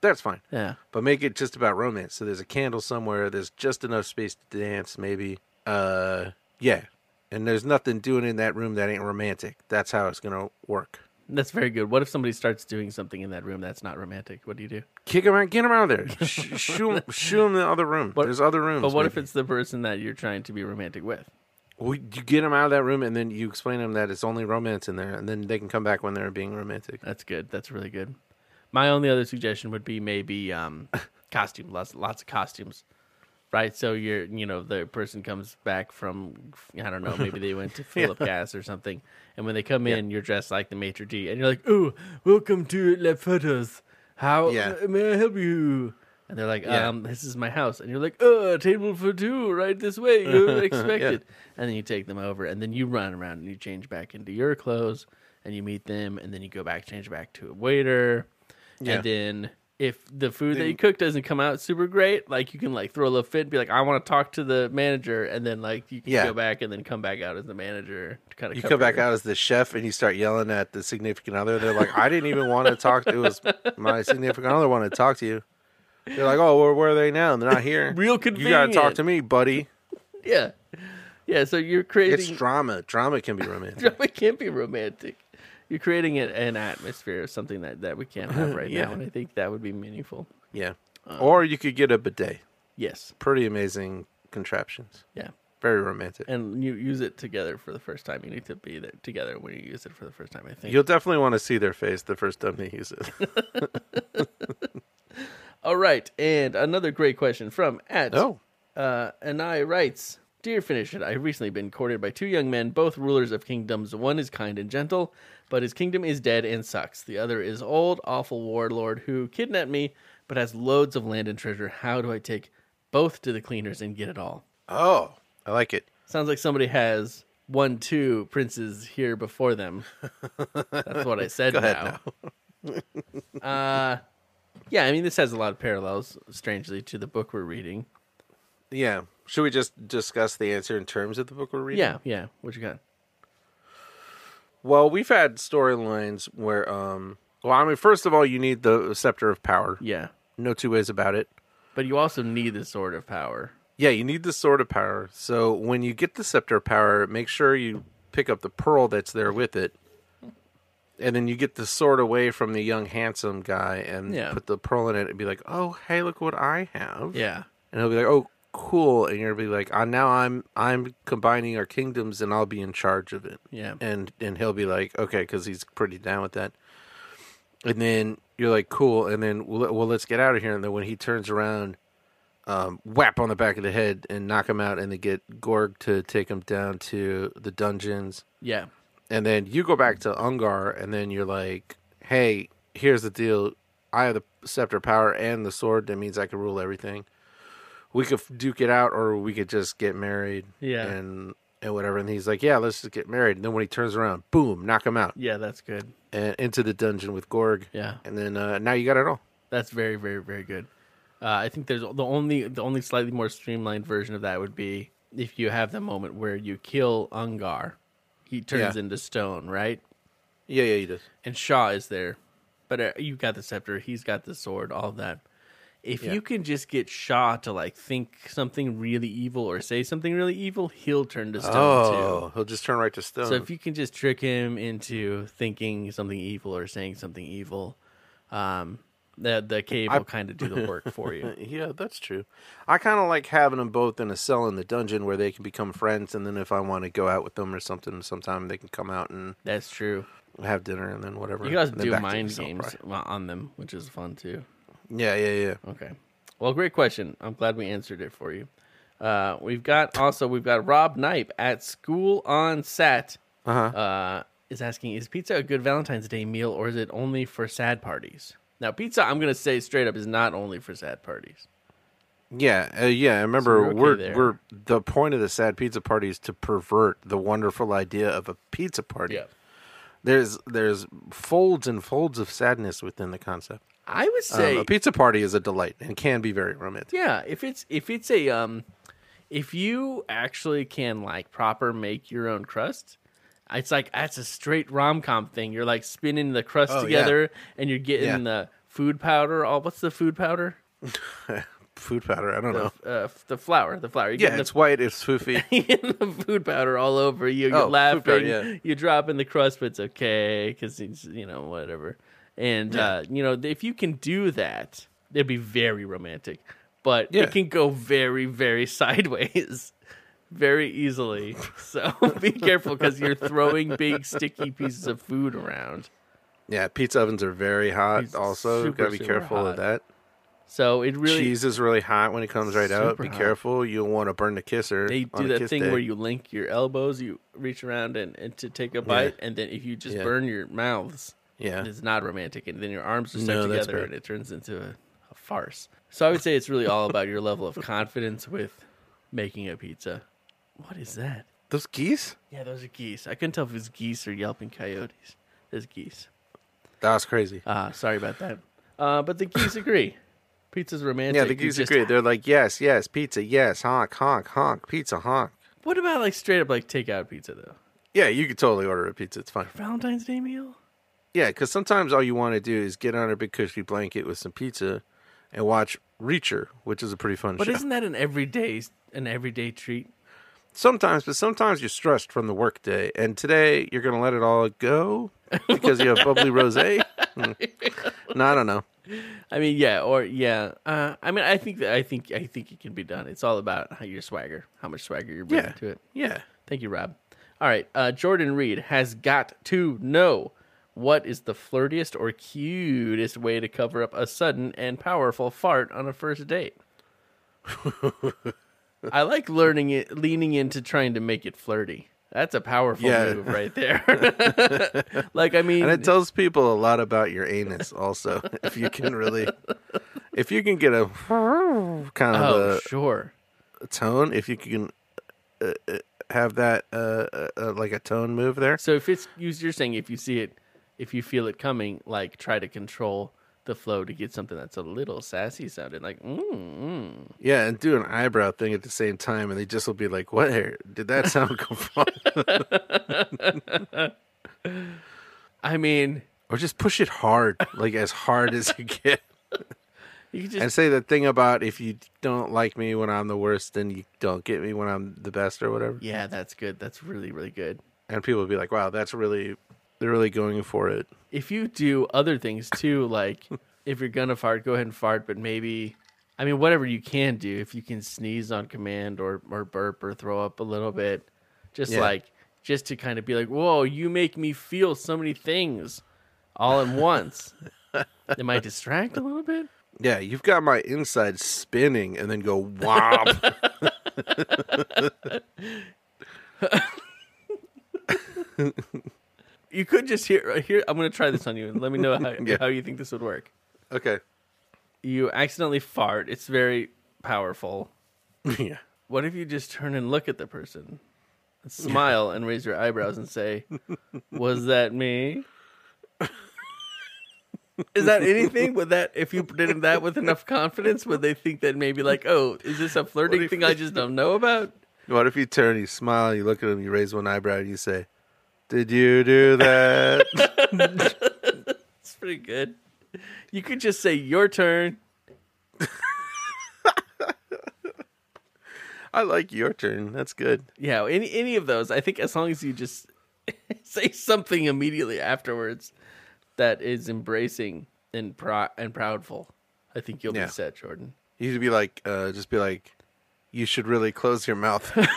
[SPEAKER 2] that's fine
[SPEAKER 3] Yeah.
[SPEAKER 2] but make it just about romance so there's a candle somewhere there's just enough space to dance maybe uh yeah and there's nothing doing in that room that ain't romantic that's how it's gonna work
[SPEAKER 3] That's very good. What if somebody starts doing something in that room that's not romantic? What do you do?
[SPEAKER 2] kick him out get him out of there Sh- shoo, him, shoo him the other room there's other rooms
[SPEAKER 3] But what if
[SPEAKER 2] maybe.
[SPEAKER 3] it's the person that you're trying to be romantic with?
[SPEAKER 2] We, you get them out of that room, and then you explain to them that it's only romance in there, and then they can come back when they're being romantic.
[SPEAKER 3] That's good. That's really good. My only other suggestion would be maybe um, costume, lots, lots of costumes, right? So you're, you know, the person comes back from, I don't know, maybe they went to Philip Gas or something, and when they come in, you're dressed like the maitre d, and you're like, "Oh, welcome to La Photos. How
[SPEAKER 2] Yeah.
[SPEAKER 3] uh, may I help you?" And they're like,
[SPEAKER 2] Yeah.
[SPEAKER 3] um, this is my house. And you're like, oh, table for two, right this way. You expect it. And then you take them over, and then you run around and you change back into your clothes, and you meet them, and then you go back, change back to a waiter.
[SPEAKER 2] Yeah.
[SPEAKER 3] And then if the food that
[SPEAKER 2] Then-
[SPEAKER 3] you cook doesn't come out super great, like you can like throw a little fit and be like, I want to talk to the manager. And then like you can
[SPEAKER 2] Yeah.
[SPEAKER 3] go back and then come back out as the manager to kind of
[SPEAKER 2] You come back out as the chef, and you start yelling at the significant other. They're like, "I didn't even want to talk. It was my significant other wanted to talk to you." They're like, "Oh, where, where are they now? They're not here.
[SPEAKER 3] Real
[SPEAKER 2] You gotta talk
[SPEAKER 3] convenient.
[SPEAKER 2] to me, buddy.
[SPEAKER 3] Yeah. Yeah. So you're
[SPEAKER 2] It's
[SPEAKER 3] creating
[SPEAKER 2] drama. Drama can be romantic.
[SPEAKER 3] drama can't be romantic. You're creating an, an atmosphere of something that, that we can't have right
[SPEAKER 2] Yeah.
[SPEAKER 3] now, and I think that would be meaningful.
[SPEAKER 2] Yeah.
[SPEAKER 3] Uh.
[SPEAKER 2] Or you could get a bidet.
[SPEAKER 3] Yes,
[SPEAKER 2] Pretty amazing contraptions.
[SPEAKER 3] yeah,
[SPEAKER 2] Very romantic.
[SPEAKER 3] and you use it together for the first time. You need to be there together when you use it for the first time. I think.
[SPEAKER 2] You'll definitely want to see their face the first time they use it.
[SPEAKER 3] All right, and another great question from at
[SPEAKER 2] Oh.
[SPEAKER 3] uh, Anai writes, Dear Finish It, I have recently been courted by two young men, both rulers of kingdoms. One is kind and gentle, but his kingdom is dead and sucks. The other is old, awful warlord who kidnapped me, but has loads of land and treasure. How do I take both to the cleaners and get it all?
[SPEAKER 2] Oh, I like it.
[SPEAKER 3] Sounds like somebody has one, two princes here before them. That's what I said now. uh, yeah, I mean, this has a lot of parallels, strangely, to the book we're reading.
[SPEAKER 2] Yeah. Should we just discuss the answer in terms of the book we're reading?
[SPEAKER 3] Yeah, yeah. What you got?
[SPEAKER 2] Well, we've had storylines where, um, well, I mean, first of all, you need the scepter of power.
[SPEAKER 3] Yeah.
[SPEAKER 2] No two ways about it.
[SPEAKER 3] But you also need the sword of power.
[SPEAKER 2] Yeah, you need the sword of power. So when you get the scepter of power, make sure you pick up the pearl that's there with it. And then you get the sword away from the young handsome guy and
[SPEAKER 3] Yeah.
[SPEAKER 2] put the pearl in it and be like, "Oh, hey, look what I have."
[SPEAKER 3] Yeah.
[SPEAKER 2] And he'll be like, "Oh, cool." And you'll be like, "Ah, now I'm I'm combining our kingdoms and I'll be in charge of it."
[SPEAKER 3] Yeah.
[SPEAKER 2] And and he'll be like, "Okay," cuz he's pretty down with that. And then you're like, "Cool." And then, "Well, well, let's get out of here." And then when he turns around, um, whap on the back of the head and knock him out and they get Gorg to take him down to the dungeons.
[SPEAKER 3] Yeah.
[SPEAKER 2] And then you go back to Ungar and then you're like, "Hey, here's the deal. I have the scepter of power and the sword that means I can rule everything." we could duke it out or we could just get married.
[SPEAKER 3] Yeah.
[SPEAKER 2] And and whatever. And he's like, Yeah, let's just get married. And then when he turns around, boom, knock him out.
[SPEAKER 3] Yeah, that's good.
[SPEAKER 2] And into the dungeon with Gorg.
[SPEAKER 3] Yeah.
[SPEAKER 2] And then uh, now you got it all.
[SPEAKER 3] That's very, very, very good. Uh, I think there's the only the only slightly more streamlined version of that would be if you have the moment where you kill Ungar, he turns
[SPEAKER 2] Yeah.
[SPEAKER 3] into stone, right?
[SPEAKER 2] Yeah, yeah, he does.
[SPEAKER 3] And Shaw is there, but uh, you've got the scepter, he's got the sword, all of that. If you can just get Shaw to like think something really evil or say something really evil, he'll turn to stone too.
[SPEAKER 2] Oh, he'll just turn right to stone.
[SPEAKER 3] So if you can just trick him into thinking something evil or saying something evil, um, the the cave will kind of do the work for you.
[SPEAKER 2] yeah, that's true. I kind of like having them both in a cell in the dungeon where they can become friends. And then if I want to go out with them or something sometime, they can come out and
[SPEAKER 3] That's true.
[SPEAKER 2] have dinner and then whatever.
[SPEAKER 3] You guys
[SPEAKER 2] And then
[SPEAKER 3] do
[SPEAKER 2] back to the
[SPEAKER 3] mind
[SPEAKER 2] cell,
[SPEAKER 3] games
[SPEAKER 2] probably.
[SPEAKER 3] on them, which is fun too.
[SPEAKER 2] Yeah, yeah, yeah.
[SPEAKER 3] Okay. Well, great question. I'm glad we answered it for you. Uh, we've got also we've got Rob Knipe at school on set.
[SPEAKER 2] Uh-huh.
[SPEAKER 3] uh, is asking, is pizza a good Valentine's Day meal or is it only for sad parties? Now, pizza, I'm going to say straight up, is not only for sad parties.
[SPEAKER 2] Yeah, uh, yeah. I remember
[SPEAKER 3] you're okay
[SPEAKER 2] we're
[SPEAKER 3] there.
[SPEAKER 2] we're the point of the sad pizza party is to pervert the wonderful idea of a pizza party. There's there's folds and folds of sadness within the concept.
[SPEAKER 3] I would
[SPEAKER 2] Um,
[SPEAKER 3] say,
[SPEAKER 2] a pizza party is a delight and can be very romantic.
[SPEAKER 3] yeah. If it's if it's a um, if you actually can like proper make your own crust, it's like that's a straight rom com thing. You're like spinning the crust
[SPEAKER 2] Oh, yeah.
[SPEAKER 3] together, and you're getting
[SPEAKER 2] Yeah.
[SPEAKER 3] the food powder. All what's the food powder?
[SPEAKER 2] Food powder, I don't know.
[SPEAKER 3] Uh, the flour. The flour. You're
[SPEAKER 2] Oh. Yeah,
[SPEAKER 3] getting the
[SPEAKER 2] it's white, it's foofy.
[SPEAKER 3] getting the food powder all over you. You're
[SPEAKER 2] Oh,
[SPEAKER 3] laughing.
[SPEAKER 2] food powder, yeah.
[SPEAKER 3] You're dropping the crust, but it's okay because it's you know whatever. And uh, you know if you can do that, it'd be very romantic. But
[SPEAKER 2] Yeah.
[SPEAKER 3] it can go very very sideways. very easily. So be careful because you're throwing big sticky pieces of food around.
[SPEAKER 2] Yeah, pizza ovens are very hot.
[SPEAKER 3] Pizza's
[SPEAKER 2] also,
[SPEAKER 3] super,
[SPEAKER 2] gotta be
[SPEAKER 3] super
[SPEAKER 2] careful
[SPEAKER 3] hot.
[SPEAKER 2] of that.
[SPEAKER 3] So it really
[SPEAKER 2] Cheese is really hot when it comes right out.
[SPEAKER 3] Super
[SPEAKER 2] Be
[SPEAKER 3] hot.
[SPEAKER 2] careful. You'll want to burn the kisser.
[SPEAKER 3] they
[SPEAKER 2] on
[SPEAKER 3] do
[SPEAKER 2] a
[SPEAKER 3] that
[SPEAKER 2] kiss
[SPEAKER 3] thing
[SPEAKER 2] day.
[SPEAKER 3] where you link your elbows, you reach around and, and to take a bite, and then if you just
[SPEAKER 2] Yeah.
[SPEAKER 3] burn your mouths,
[SPEAKER 2] Yeah.
[SPEAKER 3] it's not romantic, and then your arms just
[SPEAKER 2] No,
[SPEAKER 3] stuck
[SPEAKER 2] that's
[SPEAKER 3] together,
[SPEAKER 2] bad.
[SPEAKER 3] and it turns into a, a farce. So I would say it's really all about your level of confidence with making a pizza. What is that?
[SPEAKER 2] Those geese?
[SPEAKER 3] Yeah, those are geese. I couldn't tell if it was geese or yelping coyotes. There's geese.
[SPEAKER 2] That was crazy.
[SPEAKER 3] Ah, sorry about that. Uh, but the geese agree. Pizza's romantic.
[SPEAKER 2] yeah, the
[SPEAKER 3] You
[SPEAKER 2] geese
[SPEAKER 3] just-
[SPEAKER 2] agree. They're like, yes, yes, pizza, yes, honk, honk, honk, pizza, honk.
[SPEAKER 3] What about like straight up like takeout pizza though?
[SPEAKER 2] Yeah, you could totally order a pizza. It's fine.
[SPEAKER 3] Valentine's Day meal?
[SPEAKER 2] Yeah, because sometimes all you want to do is get under a big cushy blanket with some pizza and watch Reacher, which is a pretty fun
[SPEAKER 3] But
[SPEAKER 2] show.
[SPEAKER 3] isn't that an everyday an everyday treat?
[SPEAKER 2] Sometimes, but sometimes you're stressed from the workday, and today you're gonna let it all go because you have bubbly rosé. Hmm. no, I don't know.
[SPEAKER 3] I mean, yeah, or yeah. Uh, I mean, I think that I think I think it can be done. It's all about how your swagger, how much swagger you're bringing
[SPEAKER 2] Yeah,
[SPEAKER 3] to it.
[SPEAKER 2] yeah.
[SPEAKER 3] Thank you, Rob. All right, uh, Jordan Reed has got to know what is the flirtiest or cutest way to cover up a sudden and powerful fart on a first date. I like learning it, leaning into trying to make it flirty. That's a powerful
[SPEAKER 2] Yeah.
[SPEAKER 3] move right there. like, I mean,
[SPEAKER 2] And it tells people a lot about your anus, also. if you can really, if you can get a kind of
[SPEAKER 3] oh
[SPEAKER 2] a
[SPEAKER 3] sure,
[SPEAKER 2] tone, if you can uh, uh, have that uh, uh, uh, like a tone move there.
[SPEAKER 3] So if it's you- you're saying if you see it, if you feel it coming, like try to control the flow to get something that's a little sassy sounding, like mm, mm.
[SPEAKER 2] Yeah, and do an eyebrow thing at the same time, and they just will be like, "What hair did that sound come from?"
[SPEAKER 3] I mean,
[SPEAKER 2] or just push it hard, like as hard as you can,
[SPEAKER 3] you could just
[SPEAKER 2] and say the thing about if you don't like me when I'm the worst, then you don't get me when I'm the best, or whatever.
[SPEAKER 3] yeah, that's good. That's really really good.
[SPEAKER 2] And people will be like, "Wow, that's really they're really going for it."
[SPEAKER 3] If you do other things too, like if you're gonna fart, go ahead and fart, but maybe. I mean, whatever you can do, if you can sneeze on command or, or burp or throw up a little bit, just
[SPEAKER 2] Yeah.
[SPEAKER 3] like, just to kind of be like, whoa, you make me feel so many things all at once. it might distract a little bit.
[SPEAKER 2] Yeah, you've got my inside spinning, and then go womp.
[SPEAKER 3] You could just hear uh, here. I'm gonna try this on you and let me know how,
[SPEAKER 2] Yeah.
[SPEAKER 3] how you think this would work.
[SPEAKER 2] okay,
[SPEAKER 3] You accidentally fart. It's very powerful.
[SPEAKER 2] yeah,
[SPEAKER 3] What if you just turn and look at the person, and smile and raise your eyebrows and say, "Was that me?" Is that anything? Would that if you did that with enough confidence, would they think that maybe like, oh, is this a flirting thing I just don't know about?
[SPEAKER 2] What if you turn, you smile, you look at him, you raise one eyebrow, and you say, "Did you do that?"
[SPEAKER 3] It's pretty good. You could just say your turn.
[SPEAKER 2] I like your turn. That's good.
[SPEAKER 3] Yeah, any any of those. I think as long as you just say something immediately afterwards that is embracing and pro- and proudful, I think you'll
[SPEAKER 2] Yeah.
[SPEAKER 3] be set, Jordan.
[SPEAKER 2] You'd be like, uh, just be like, you should really close your mouth.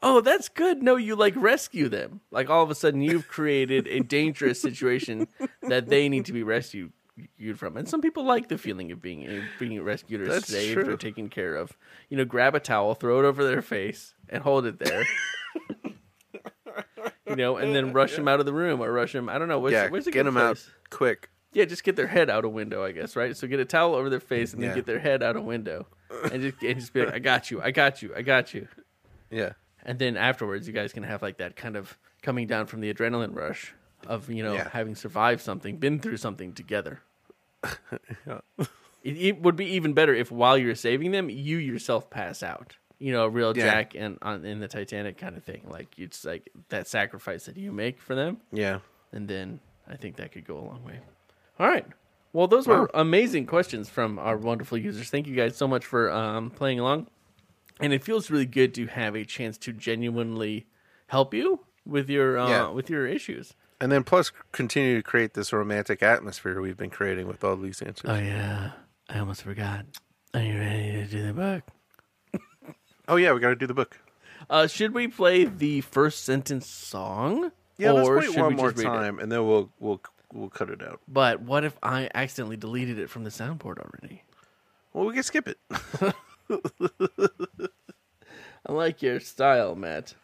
[SPEAKER 3] Oh, that's good. No, you like rescue them. Like all of a sudden, you've created a dangerous situation that they need to be rescued rescued from. And some people like the feeling of being eh, being rescued or
[SPEAKER 2] That's
[SPEAKER 3] saved or
[SPEAKER 2] true.
[SPEAKER 3] taken care of. You know, grab a towel, throw it over their face, and hold it there. you know, and then rush them out of the room or rush them. I don't know. What's,
[SPEAKER 2] yeah,
[SPEAKER 3] what's a
[SPEAKER 2] get
[SPEAKER 3] good
[SPEAKER 2] them out
[SPEAKER 3] place?
[SPEAKER 2] quick.
[SPEAKER 3] Yeah, just get their head out a window, I guess, right? So get a towel over their face and then
[SPEAKER 2] Yeah.
[SPEAKER 3] get their head out a window, and just and just be like, "I got you, I got you, I got you."
[SPEAKER 2] Yeah,
[SPEAKER 3] and then afterwards you guys can have like that kind of coming down from the adrenaline rush of you know
[SPEAKER 2] Yeah.
[SPEAKER 3] having survived something been through something together it, it would be even better if while you're saving them you yourself pass out you know a real
[SPEAKER 2] Yeah.
[SPEAKER 3] jack and on in the titanic kind of thing like it's like that sacrifice that you make for them
[SPEAKER 2] yeah.
[SPEAKER 3] and then i think that could go a long way all right well those were amazing questions from our wonderful users thank you guys so much for um, playing along and it feels really good to have a chance to genuinely help you with your uh,
[SPEAKER 2] Yeah.
[SPEAKER 3] with your issues.
[SPEAKER 2] And then plus continue to
[SPEAKER 3] Uh,
[SPEAKER 2] create this romantic atmosphere we've been creating with all these answers.
[SPEAKER 3] yeah, I Oh, almost forgot. Are you ready to do the book?
[SPEAKER 2] Oh yeah, we got to do the book.
[SPEAKER 3] Uh, should we play the first sentence song?
[SPEAKER 2] Yeah,
[SPEAKER 3] Or
[SPEAKER 2] let's
[SPEAKER 3] should
[SPEAKER 2] wait one
[SPEAKER 3] we
[SPEAKER 2] more
[SPEAKER 3] just read it?
[SPEAKER 2] time, and then we'll we'll we'll cut it out.
[SPEAKER 3] But what if I accidentally deleted it from the soundboard already?
[SPEAKER 2] Well, we can skip it.
[SPEAKER 3] I like your style, Matt.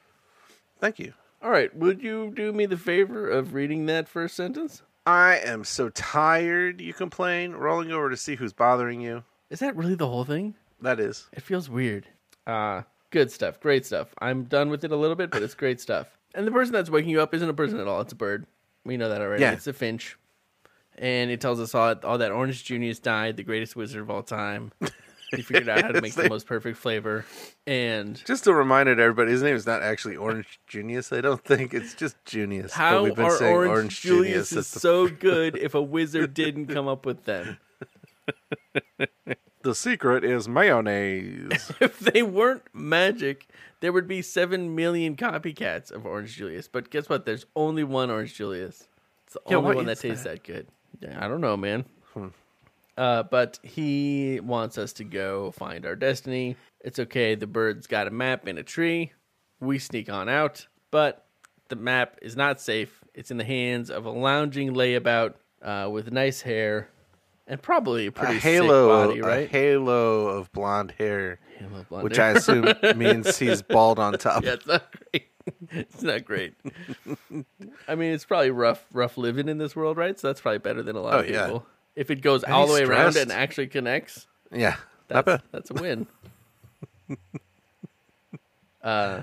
[SPEAKER 2] Thank you.
[SPEAKER 3] All right, would you do me the favor of reading that first sentence?
[SPEAKER 2] I am so tired. You complain, rolling over to see who's bothering you.
[SPEAKER 3] Is that really the whole thing?
[SPEAKER 2] That is.
[SPEAKER 3] It feels weird. Ah, good stuff. Great stuff. I'm done with it a little bit, but it's great stuff. And the person that's waking you up isn't a person at all. It's a bird. We know that already.
[SPEAKER 2] Yeah.
[SPEAKER 3] It's a finch. And it tells us all, all that Orange Junius died, the greatest wizard of all time. He figured out how to make the most perfect flavor. And
[SPEAKER 2] Just a reminder to everybody, his name is not actually Orange Junius. I don't think it's just Junius. but
[SPEAKER 3] how
[SPEAKER 2] we've been
[SPEAKER 3] are
[SPEAKER 2] saying
[SPEAKER 3] Orange,
[SPEAKER 2] Orange
[SPEAKER 3] Julius is
[SPEAKER 2] since the,
[SPEAKER 3] so good if a wizard didn't come up with them?
[SPEAKER 2] the secret is mayonnaise.
[SPEAKER 3] if they weren't magic, there would be seven million copycats of Orange Julius. But guess what? There's only one Orange Julius. It's the
[SPEAKER 2] Yeah,
[SPEAKER 3] only
[SPEAKER 2] what
[SPEAKER 3] one that
[SPEAKER 2] is Hmm.
[SPEAKER 3] tastes that, good. Yeah, I don't know, man. Uh, but he wants us to go find our destiny. It's okay. The bird's got a map in a tree. We sneak on out, but the map is not safe. It's in the hands of a lounging layabout uh, with nice hair and probably a
[SPEAKER 2] a
[SPEAKER 3] pretty
[SPEAKER 2] halo,
[SPEAKER 3] sick body,
[SPEAKER 2] a
[SPEAKER 3] right?
[SPEAKER 2] halo of blonde hair,
[SPEAKER 3] Halo blonde
[SPEAKER 2] which
[SPEAKER 3] hair.
[SPEAKER 2] I assume means he's bald on top.
[SPEAKER 3] yeah, it's not great. it's not great. I mean, it's probably rough, rough living in this world, right? So that's probably better than a lot of
[SPEAKER 2] Oh, yeah.
[SPEAKER 3] people. If it goes all the way around
[SPEAKER 2] stressed.
[SPEAKER 3] and actually connects,
[SPEAKER 2] Yeah, not
[SPEAKER 3] that's,
[SPEAKER 2] bad.
[SPEAKER 3] that's a win. uh,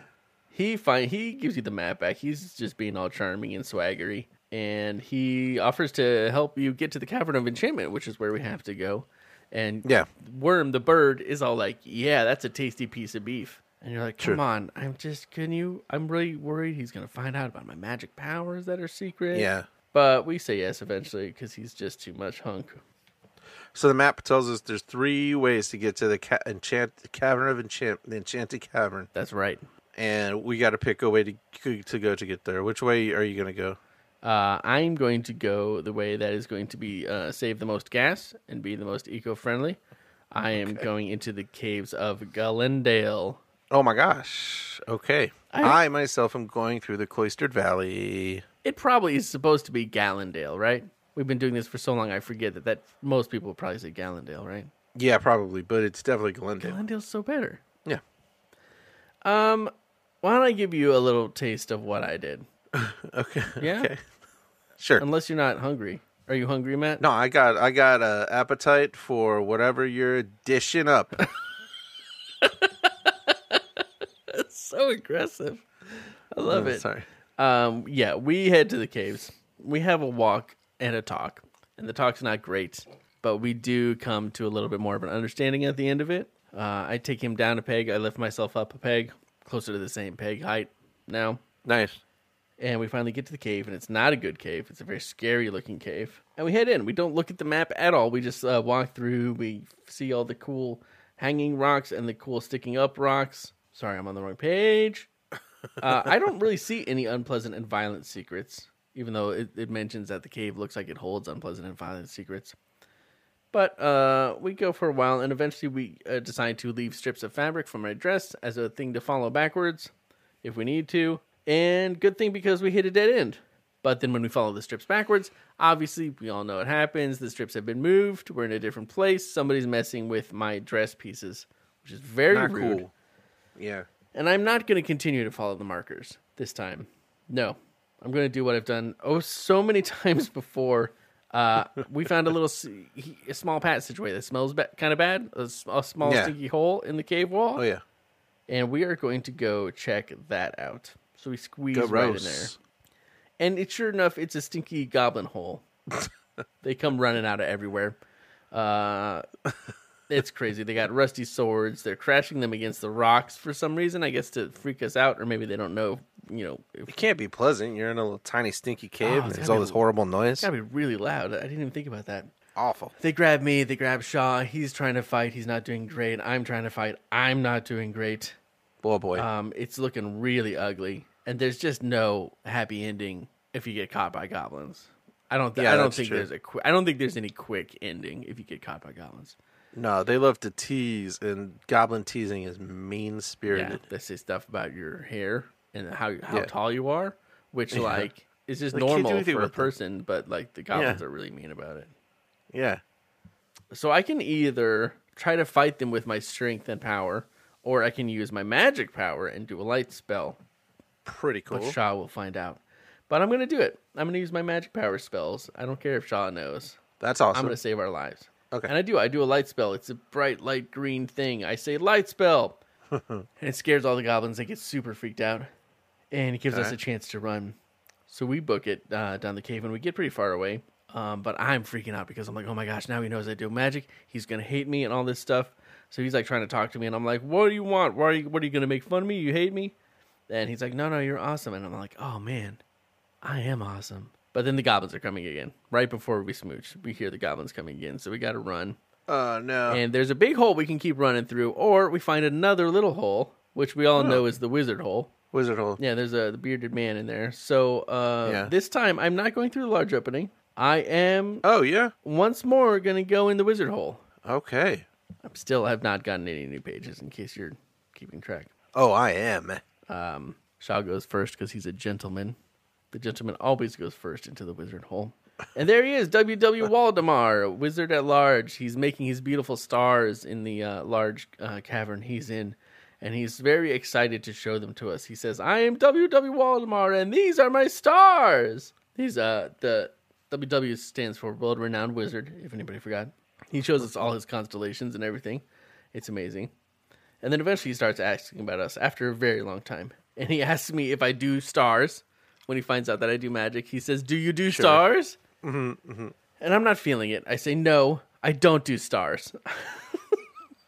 [SPEAKER 3] he find he gives you the map back. He's just being all charming and swaggery, and he offers to help you get to the cavern of enchantment, which is where we have to go. And
[SPEAKER 2] Yeah.
[SPEAKER 3] Worm the bird is all like, "Yeah, that's a tasty piece of beef." And you're like, "Come
[SPEAKER 2] True.
[SPEAKER 3] on, I'm just can you? I'm really worried he's gonna find out about my magic powers that are secret."
[SPEAKER 2] Yeah.
[SPEAKER 3] But we say yes eventually because he's just too much hunk.
[SPEAKER 2] So the map tells us there's three ways to get to the ca- enchant- cavern of enchant, the enchanted cavern,
[SPEAKER 3] That's right.
[SPEAKER 2] and we got to pick a way to to go to get there. Which way are you gonna go?
[SPEAKER 3] Uh, I'm going to go the way that is going to be uh, save the most gas and be the most eco-friendly. I am going into the caves of Galendale.
[SPEAKER 2] Oh my gosh! Okay, I, myself am going through the cloistered valley.
[SPEAKER 3] It probably is supposed to be Galendale, right? We've been doing this for so long, I forget that that most people probably say Galendale, right?
[SPEAKER 2] Yeah, probably, but it's definitely Glendale.
[SPEAKER 3] Galendale's so better.
[SPEAKER 2] Yeah.
[SPEAKER 3] Um, why don't I give you a little taste of what I did?
[SPEAKER 2] Okay.
[SPEAKER 3] Yeah.
[SPEAKER 2] Okay. Sure.
[SPEAKER 3] Unless you're not hungry. Are you hungry, Matt?
[SPEAKER 2] no, I got I got a appetite for whatever you're dishing up.
[SPEAKER 3] That's so aggressive. I love it.
[SPEAKER 2] Mm, Sorry.
[SPEAKER 3] Um, yeah, we head to the caves. We have a walk and a talk, and the talk's not great, but we do come to a little bit more of an understanding at the end of it. Uh, I take him down a peg. I lift myself up a peg, closer to the same peg height now.
[SPEAKER 2] Nice.
[SPEAKER 3] And we finally get to the cave, and it's not a good cave. It's a very scary looking cave. And we head in. We don't look at the map at all. We just uh, walk through. We see all the cool hanging rocks and the cool sticking up rocks. Sorry, I'm on the wrong page. Uh, I don't really see any unpleasant and violent secrets, even though it, it mentions that the cave looks like it holds unpleasant and violent secrets. But uh, we go for a while, and eventually we uh, decide to leave strips of fabric from our dress as a thing to follow backwards if we need to. And good thing because we hit a dead end. But then when we follow the strips backwards, obviously we all know what happens. The strips have been moved. We're in a different place. Somebody's messing with my dress pieces, which is very
[SPEAKER 2] Not
[SPEAKER 3] rude.
[SPEAKER 2] cool. Yeah.
[SPEAKER 3] And I'm not going to continue to follow the markers this time. No, I'm going to do what I've done oh so many times before. Uh, we found a little s- he- a small passageway that smells ba- kind of bad, a, s- a small
[SPEAKER 2] Yeah.
[SPEAKER 3] stinky hole in the cave wall,
[SPEAKER 2] Oh yeah.
[SPEAKER 3] and we are going to go check that out. So we squeeze right in there,
[SPEAKER 2] Gross.
[SPEAKER 3] and it sure enough, it's a stinky goblin hole. they come running out of everywhere. Uh, it's crazy. They got rusty swords. They're crashing them against the rocks for some reason. I guess to freak us out, or maybe they don't know. You know, if,
[SPEAKER 2] It can't be pleasant. You're in a little tiny stinky cave.
[SPEAKER 3] Oh,
[SPEAKER 2] and
[SPEAKER 3] it's
[SPEAKER 2] there's
[SPEAKER 3] gotta
[SPEAKER 2] all
[SPEAKER 3] be-
[SPEAKER 2] this horrible noise.
[SPEAKER 3] gotta be really loud. I didn't even think about that.
[SPEAKER 2] Awful.
[SPEAKER 3] They grab me. They grab Shaw. He's trying to fight. He's not doing great. I'm trying to fight. I'm not doing great.
[SPEAKER 2] Boy, boy.
[SPEAKER 3] Um, it's looking really ugly, and there's just no happy ending if you get caught by goblins. I don't. Th-
[SPEAKER 2] Yeah,
[SPEAKER 3] I don't
[SPEAKER 2] that's
[SPEAKER 3] think
[SPEAKER 2] true.
[SPEAKER 3] there's a. Qu- I don't think there's any quick ending if you get caught by goblins.
[SPEAKER 2] No, they love to tease, and goblin teasing is mean
[SPEAKER 3] Yeah,
[SPEAKER 2] spirited.
[SPEAKER 3] they say stuff about your hair and how how
[SPEAKER 2] Yeah.
[SPEAKER 3] tall you are, which like is just
[SPEAKER 2] They can't do
[SPEAKER 3] normal
[SPEAKER 2] anything
[SPEAKER 3] for a
[SPEAKER 2] with it.
[SPEAKER 3] person, but like the goblins
[SPEAKER 2] Yeah.
[SPEAKER 3] are really mean about it.
[SPEAKER 2] Yeah.
[SPEAKER 3] So I can either try to fight them with my strength and power, or I can use my magic power and do a light spell.
[SPEAKER 2] Pretty cool.
[SPEAKER 3] But Shaw will find out. But I'm gonna do it. I'm gonna use my magic power spells. I don't care if Shaw knows.
[SPEAKER 2] That's awesome.
[SPEAKER 3] I'm gonna save our lives.
[SPEAKER 2] Okay.
[SPEAKER 3] And I do. I do a light spell. It's a bright light green thing. I say light spell, and it scares all the goblins. They get super freaked out, and it gives us
[SPEAKER 2] Okay.
[SPEAKER 3] a chance to run. So we book it uh, down the cave, and we get pretty far away. Um, but I'm freaking out because I'm like, oh my gosh, now he knows I do magic. He's gonna hate me and all this stuff. So he's like trying to talk to me, and I'm like, what do you want? Why are you? What are you gonna make fun of me? You hate me? And he's like, no, no, you're awesome. And I'm like, oh man, I am awesome. But then the goblins are coming again. Right before we smooch, we hear the goblins coming again. So we got to run.
[SPEAKER 2] Oh no.
[SPEAKER 3] And there's a big hole we can keep running through, or we find another little hole, which we all know is the wizard hole.
[SPEAKER 2] Wizard hole.
[SPEAKER 3] Yeah, there's a the bearded man in there. So uh,
[SPEAKER 2] Yeah.
[SPEAKER 3] this time I'm not going through the large opening. I am
[SPEAKER 2] Oh yeah.
[SPEAKER 3] once more going to go in the wizard hole.
[SPEAKER 2] Okay.
[SPEAKER 3] I'm still have not gotten any new pages in case you're keeping track.
[SPEAKER 2] Oh, I am.
[SPEAKER 3] Um, Shaw goes first because he's a gentleman. The gentleman always goes first into the wizard hole. And there he is, W.W. Waldemar, a wizard at large. He's making his beautiful stars in the uh, large uh, cavern he's in. And he's very excited to show them to us. He says, I am W.W. Waldemar, and these are my stars. These, uh, the W.W. stands for World Renowned Wizard, if anybody forgot. He shows us all his constellations and everything. It's amazing. And then eventually he starts asking about us after a very long time. And he asks me if I do stars when he finds out that I do magic. He says, Do you do stars? And I'm not feeling it. I say, No, I don't do stars.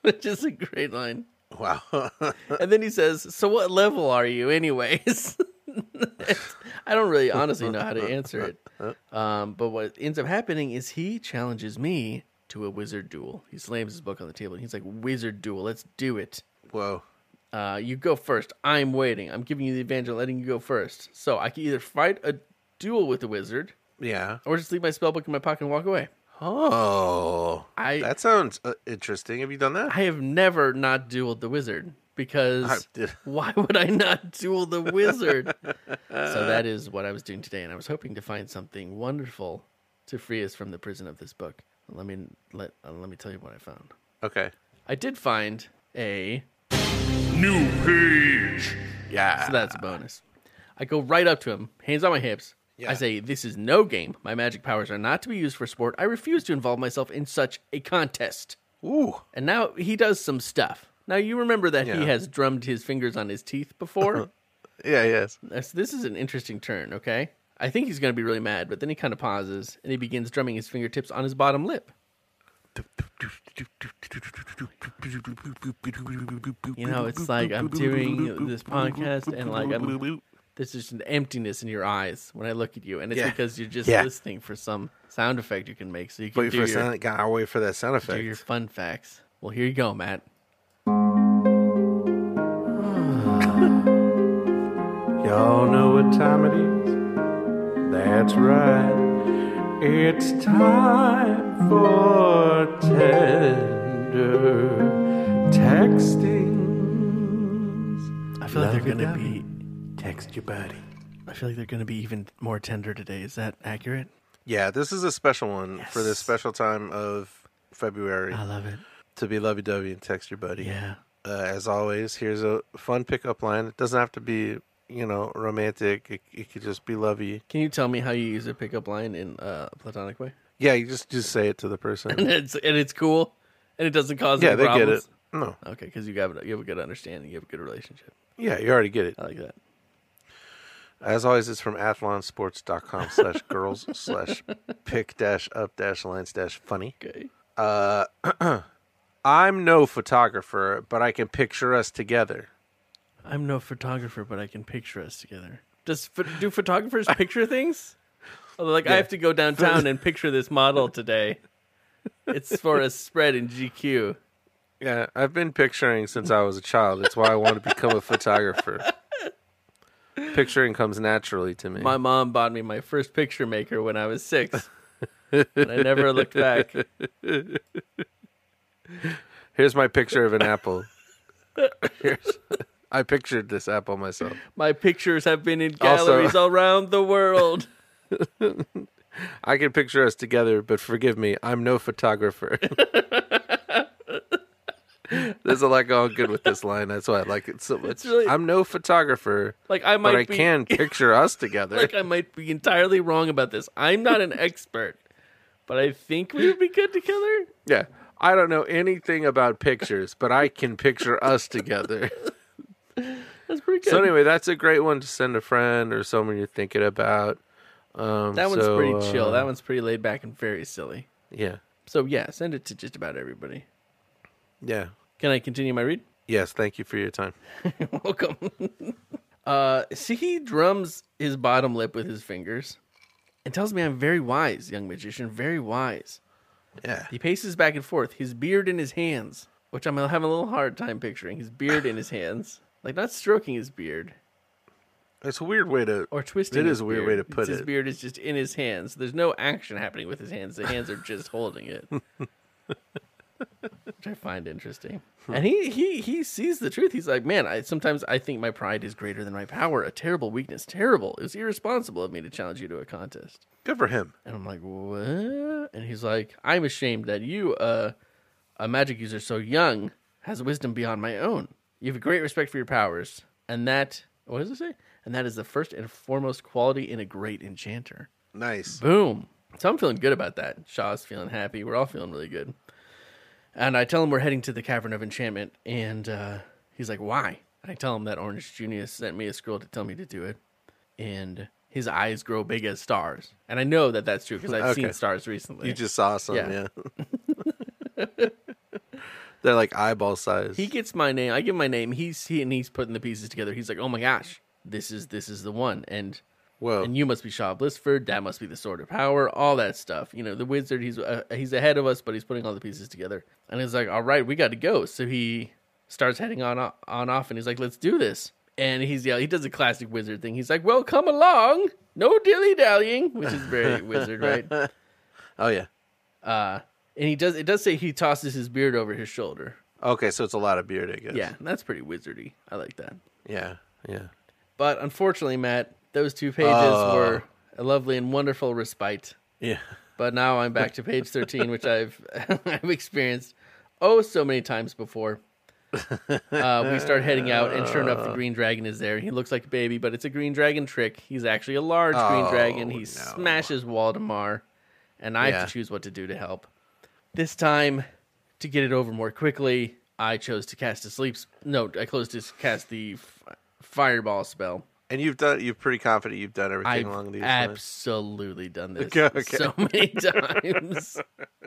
[SPEAKER 3] Which is a great line.
[SPEAKER 2] Wow.
[SPEAKER 3] And then he says, So what level are you, anyways? I don't really honestly know how to answer it. Um, but what ends up happening is he challenges me to a wizard duel. He slams his book on the table and he's like, Wizard duel, let's do it.
[SPEAKER 2] Whoa.
[SPEAKER 3] Uh, you go first. I'm waiting. I'm giving you the advantage of letting you go first. So I can either fight a duel with the wizard
[SPEAKER 2] Yeah.
[SPEAKER 3] or just leave my spellbook in my pocket and walk away.
[SPEAKER 2] Oh.
[SPEAKER 3] I-
[SPEAKER 2] That sounds uh, interesting. Have you done that?
[SPEAKER 3] I have never not dueled the wizard because
[SPEAKER 2] I did.
[SPEAKER 3] why would I not duel the wizard? so that is what I was doing today, and I was hoping to find something wonderful to free us from the prison of this book. Let me let uh, let me tell you what I found.
[SPEAKER 2] Okay.
[SPEAKER 3] I did find a
[SPEAKER 1] New page.
[SPEAKER 2] Yeah.
[SPEAKER 3] So that's a bonus. I go right up to him, hands on my hips. I
[SPEAKER 2] Yeah.
[SPEAKER 3] say, This is no game. My magic powers are not to be used for sport. I refuse to involve myself in such a contest.
[SPEAKER 2] Ooh.
[SPEAKER 3] And now he does some stuff. Now, you remember that
[SPEAKER 2] Yeah.
[SPEAKER 3] he has drummed his fingers on his teeth before?
[SPEAKER 2] Yeah. Yes.
[SPEAKER 3] That's, this is an interesting turn, okay? I think he's going to be really mad, but then he kind of pauses and he begins drumming his fingertips on his bottom lip. You know, it's like I'm doing this podcast and like I'm there's just an emptiness in your eyes when I look at you, and it's
[SPEAKER 2] Yeah.
[SPEAKER 3] because you're just
[SPEAKER 2] Yeah.
[SPEAKER 3] listening for some sound effect you can make, so you can
[SPEAKER 2] Wait
[SPEAKER 3] do
[SPEAKER 2] for a
[SPEAKER 3] your,
[SPEAKER 2] sound. God, I'll wait for that sound
[SPEAKER 3] do
[SPEAKER 2] effect.
[SPEAKER 3] your fun facts. Well, here you go, Matt.
[SPEAKER 2] Y'all know what time it is? That's right. It's time for tender texting.
[SPEAKER 3] I feel like they're gonna be.
[SPEAKER 1] Text your buddy.
[SPEAKER 3] I feel like they're gonna be even more tender today. Is that accurate?
[SPEAKER 2] Yeah, this is a special one for this special time of February
[SPEAKER 3] I love it.
[SPEAKER 2] to be lovey dovey and text your buddy.
[SPEAKER 3] Yeah.
[SPEAKER 2] Uh, as always, here's a fun pickup line. It doesn't have to be, you know, romantic. It, it could just be lovey.
[SPEAKER 3] Can you tell me how you use a pickup line in uh, a platonic way?
[SPEAKER 2] Yeah, you just just say it to the
[SPEAKER 3] And
[SPEAKER 2] person.
[SPEAKER 3] it's and it's cool, and it doesn't cause
[SPEAKER 2] yeah,
[SPEAKER 3] any
[SPEAKER 2] they get it.
[SPEAKER 3] problems.
[SPEAKER 2] No,
[SPEAKER 3] Okay, because you have you have a good understanding, you have a good relationship.
[SPEAKER 2] yeah, you already get it.
[SPEAKER 3] I like that.
[SPEAKER 2] As always, it's from athlonsports.com slash girls slash pick dash up dash lines dash funny.
[SPEAKER 3] Okay.
[SPEAKER 2] I'm no photographer, but I can picture us together.
[SPEAKER 3] I'm no photographer, but I can picture us together. Does ph- do photographers picture things? Although, like, I have to go downtown and picture this model today. It's for a spread in GQ.
[SPEAKER 2] Yeah, I've been picturing since I was a child. That's why I want to become a photographer. Picturing comes naturally to me.
[SPEAKER 3] My mom bought me my first picture maker when I was six, and I never looked back.
[SPEAKER 2] Here's my picture of an apple. Here's, I pictured this apple myself.
[SPEAKER 3] My pictures have been in
[SPEAKER 2] Also-
[SPEAKER 3] galleries all around the world.
[SPEAKER 2] I can picture us together, but forgive me, I'm no photographer. There's a lot going good with this line. That's why I like it so much.
[SPEAKER 3] really-
[SPEAKER 2] I'm no photographer,
[SPEAKER 3] Like I might
[SPEAKER 2] but I
[SPEAKER 3] be,
[SPEAKER 2] can picture us together.
[SPEAKER 3] like I might be entirely wrong about this. I'm not an expert, but I think we would be good together.
[SPEAKER 2] yeah. I don't know anything about pictures, but I can picture us together.
[SPEAKER 3] That's pretty good.
[SPEAKER 2] So anyway, that's a great one to send a friend or someone you're thinking about. Um,
[SPEAKER 3] that one's
[SPEAKER 2] so,
[SPEAKER 3] pretty chill.
[SPEAKER 2] uh,
[SPEAKER 3] That one's pretty laid back and very silly.
[SPEAKER 2] yeah,
[SPEAKER 3] So yeah, send it to just about everybody.
[SPEAKER 2] yeah,
[SPEAKER 3] Can I continue my read?
[SPEAKER 2] yes. Thank you for your time.
[SPEAKER 3] Welcome. uh, see, he drums his bottom lip with his fingers and tells me I'm very wise, young magician, very wise.
[SPEAKER 2] Yeah,
[SPEAKER 3] He paces back and forth, his beard in his hands, which I'm having a little hard time picturing. His beard in his hands, like not stroking his beard
[SPEAKER 2] it's a weird way to.
[SPEAKER 3] or twisting.
[SPEAKER 2] It
[SPEAKER 3] his
[SPEAKER 2] is a weird
[SPEAKER 3] beard.
[SPEAKER 2] way to
[SPEAKER 3] It's
[SPEAKER 2] put
[SPEAKER 3] his
[SPEAKER 2] it.
[SPEAKER 3] beard is just in his hands. There's no action happening with his hands. The hands are just holding it, which I find interesting. And he he he sees the truth. He's like, man, I sometimes I think my pride is greater than my power. A terrible weakness. Terrible. It was irresponsible of me to challenge you to a contest.
[SPEAKER 2] Good for him.
[SPEAKER 3] And I'm like, what? And he's like, I'm ashamed that you, uh, a magic user so young, has wisdom beyond my own. You have a great respect for your powers. And that, what does it say? And that is the first and foremost quality in a great enchanter.
[SPEAKER 2] Nice.
[SPEAKER 3] Boom. So I'm feeling good about that. Shaw's feeling happy. We're all feeling really good. And I tell him we're heading to the Cavern of Enchantment. And uh, he's like, why? And I tell him that Orange Junius sent me a scroll to tell me to do it. And his eyes grow big as stars. And I know that that's true because I've seen
[SPEAKER 2] Okay.
[SPEAKER 3] stars recently.
[SPEAKER 2] You just saw some, yeah.
[SPEAKER 3] Yeah.
[SPEAKER 2] They're like eyeball size.
[SPEAKER 3] he gets my name. I give him my name. He's he and he's putting the pieces together. He's like, oh my gosh, this is this is the one. And
[SPEAKER 2] Whoa.
[SPEAKER 3] and you must be Shaw Blissford. That must be the Sword of Power. All that stuff. You know, the wizard. He's uh, he's ahead of us, but he's putting all the pieces together. And he's like, "All right, we got to go." So he starts heading on on off, and he's like, "Let's do this." And he's yeah, he does a classic wizard thing. He's like, "Well, come along, no dilly dallying," which is very wizard, right?
[SPEAKER 2] oh yeah.
[SPEAKER 3] Uh, and he does it does say he tosses his beard over his shoulder.
[SPEAKER 2] Okay, so it's a lot of beard, I guess.
[SPEAKER 3] Yeah, that's pretty wizardy. I like that.
[SPEAKER 2] Yeah. Yeah.
[SPEAKER 3] But unfortunately, Matt, those two pages
[SPEAKER 2] Oh.
[SPEAKER 3] were a lovely and wonderful respite.
[SPEAKER 2] Yeah.
[SPEAKER 3] But now I'm back to page 13, which I've I've experienced oh so many times before. Uh, we start heading out, and sure enough, the green dragon is there. He looks like a baby, but it's a green dragon trick. He's actually a large green
[SPEAKER 2] Oh,
[SPEAKER 3] dragon. He
[SPEAKER 2] no.
[SPEAKER 3] smashes Waldemar, and I
[SPEAKER 2] Yeah.
[SPEAKER 3] have to choose what to do to help. This time, to get it over more quickly, I chose to cast a sleep. s- No, I chose to cast the f- fireball spell.
[SPEAKER 2] And you've done you're pretty confident you've done everything
[SPEAKER 3] I've
[SPEAKER 2] along these lines.
[SPEAKER 3] absolutely done this
[SPEAKER 2] Okay, okay.
[SPEAKER 3] so many times. uh,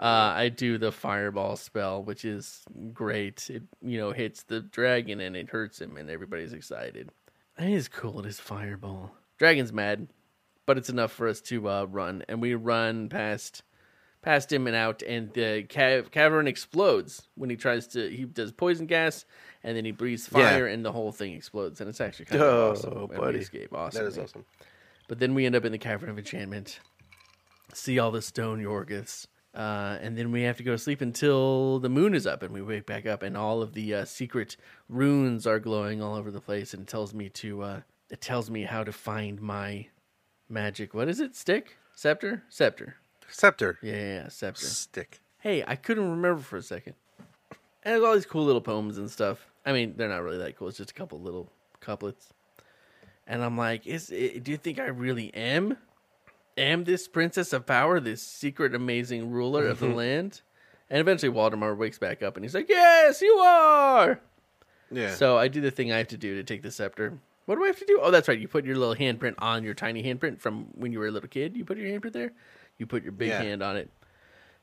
[SPEAKER 3] I do the fireball spell, which is great. It you know hits the dragon and it hurts him, and everybody's excited. It is cool. It is fireball. Dragon's mad, but it's enough for us to uh, run, and we run past past him and out, and the ca- cavern explodes when he tries to. He does poison gas, and then he breathes
[SPEAKER 2] Yeah.
[SPEAKER 3] fire, and the whole thing explodes, and it's actually kind
[SPEAKER 2] Oh,
[SPEAKER 3] of awesome. and we
[SPEAKER 2] buddy.
[SPEAKER 3] escape. Awesome.
[SPEAKER 2] That is awesome.
[SPEAKER 3] But then we end up in the Cavern of Enchantment, see all the stone Yorgiths, uh, and then we have to go to sleep until the moon is up and we wake back up and all of the uh, secret runes are glowing all over the place and it tells me to uh, it tells me how to find my magic. What is it? Stick? Scepter? Scepter.
[SPEAKER 2] Scepter.
[SPEAKER 3] Yeah, yeah, yeah scepter.
[SPEAKER 2] Stick.
[SPEAKER 3] Hey, I couldn't remember for a second. And there's all these cool little poems and stuff. I mean, they're not really that cool. It's just a couple little couplets. And I'm like, is it, do you think I really am? Am this princess of power, this secret amazing ruler of the land? And eventually Waldemar wakes back up and he's like, "Yes, you are."
[SPEAKER 2] Yeah.
[SPEAKER 3] So I do the thing I have to do to take the scepter. What do I have to do? Oh, that's right. You put your little handprint on your tiny handprint from when you were a little kid. You put your handprint there. You put your big
[SPEAKER 2] Yeah.
[SPEAKER 3] hand on it,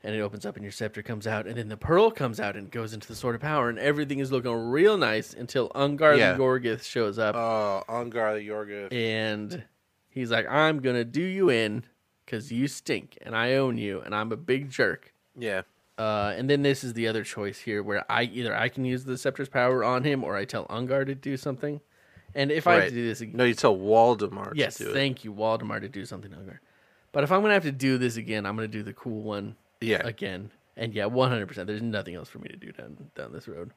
[SPEAKER 3] and it opens up, and your scepter comes out, and then the pearl comes out and goes into the sword of power, and everything is looking real nice until Ungar
[SPEAKER 2] Yeah.
[SPEAKER 3] the Gorgith shows up,
[SPEAKER 2] oh, Ungar the Yorga.
[SPEAKER 3] and he's like, "I'm gonna do you in because you stink, and I own you, and I'm a big jerk."
[SPEAKER 2] Yeah.
[SPEAKER 3] Uh, and then this is the other choice here, where I either I can use the scepter's power on him, or I tell Ungar to do something. And if I have
[SPEAKER 2] Right.
[SPEAKER 3] to do this again,
[SPEAKER 2] No, you tell Waldemar
[SPEAKER 3] yes,
[SPEAKER 2] to do
[SPEAKER 3] thank you, Waldemar, to do something Ungar. But if I'm gonna have to do this again, I'm gonna do the cool one
[SPEAKER 2] it. Yeah.
[SPEAKER 3] again. And yeah, 100%. There's nothing else for me to do down down this road.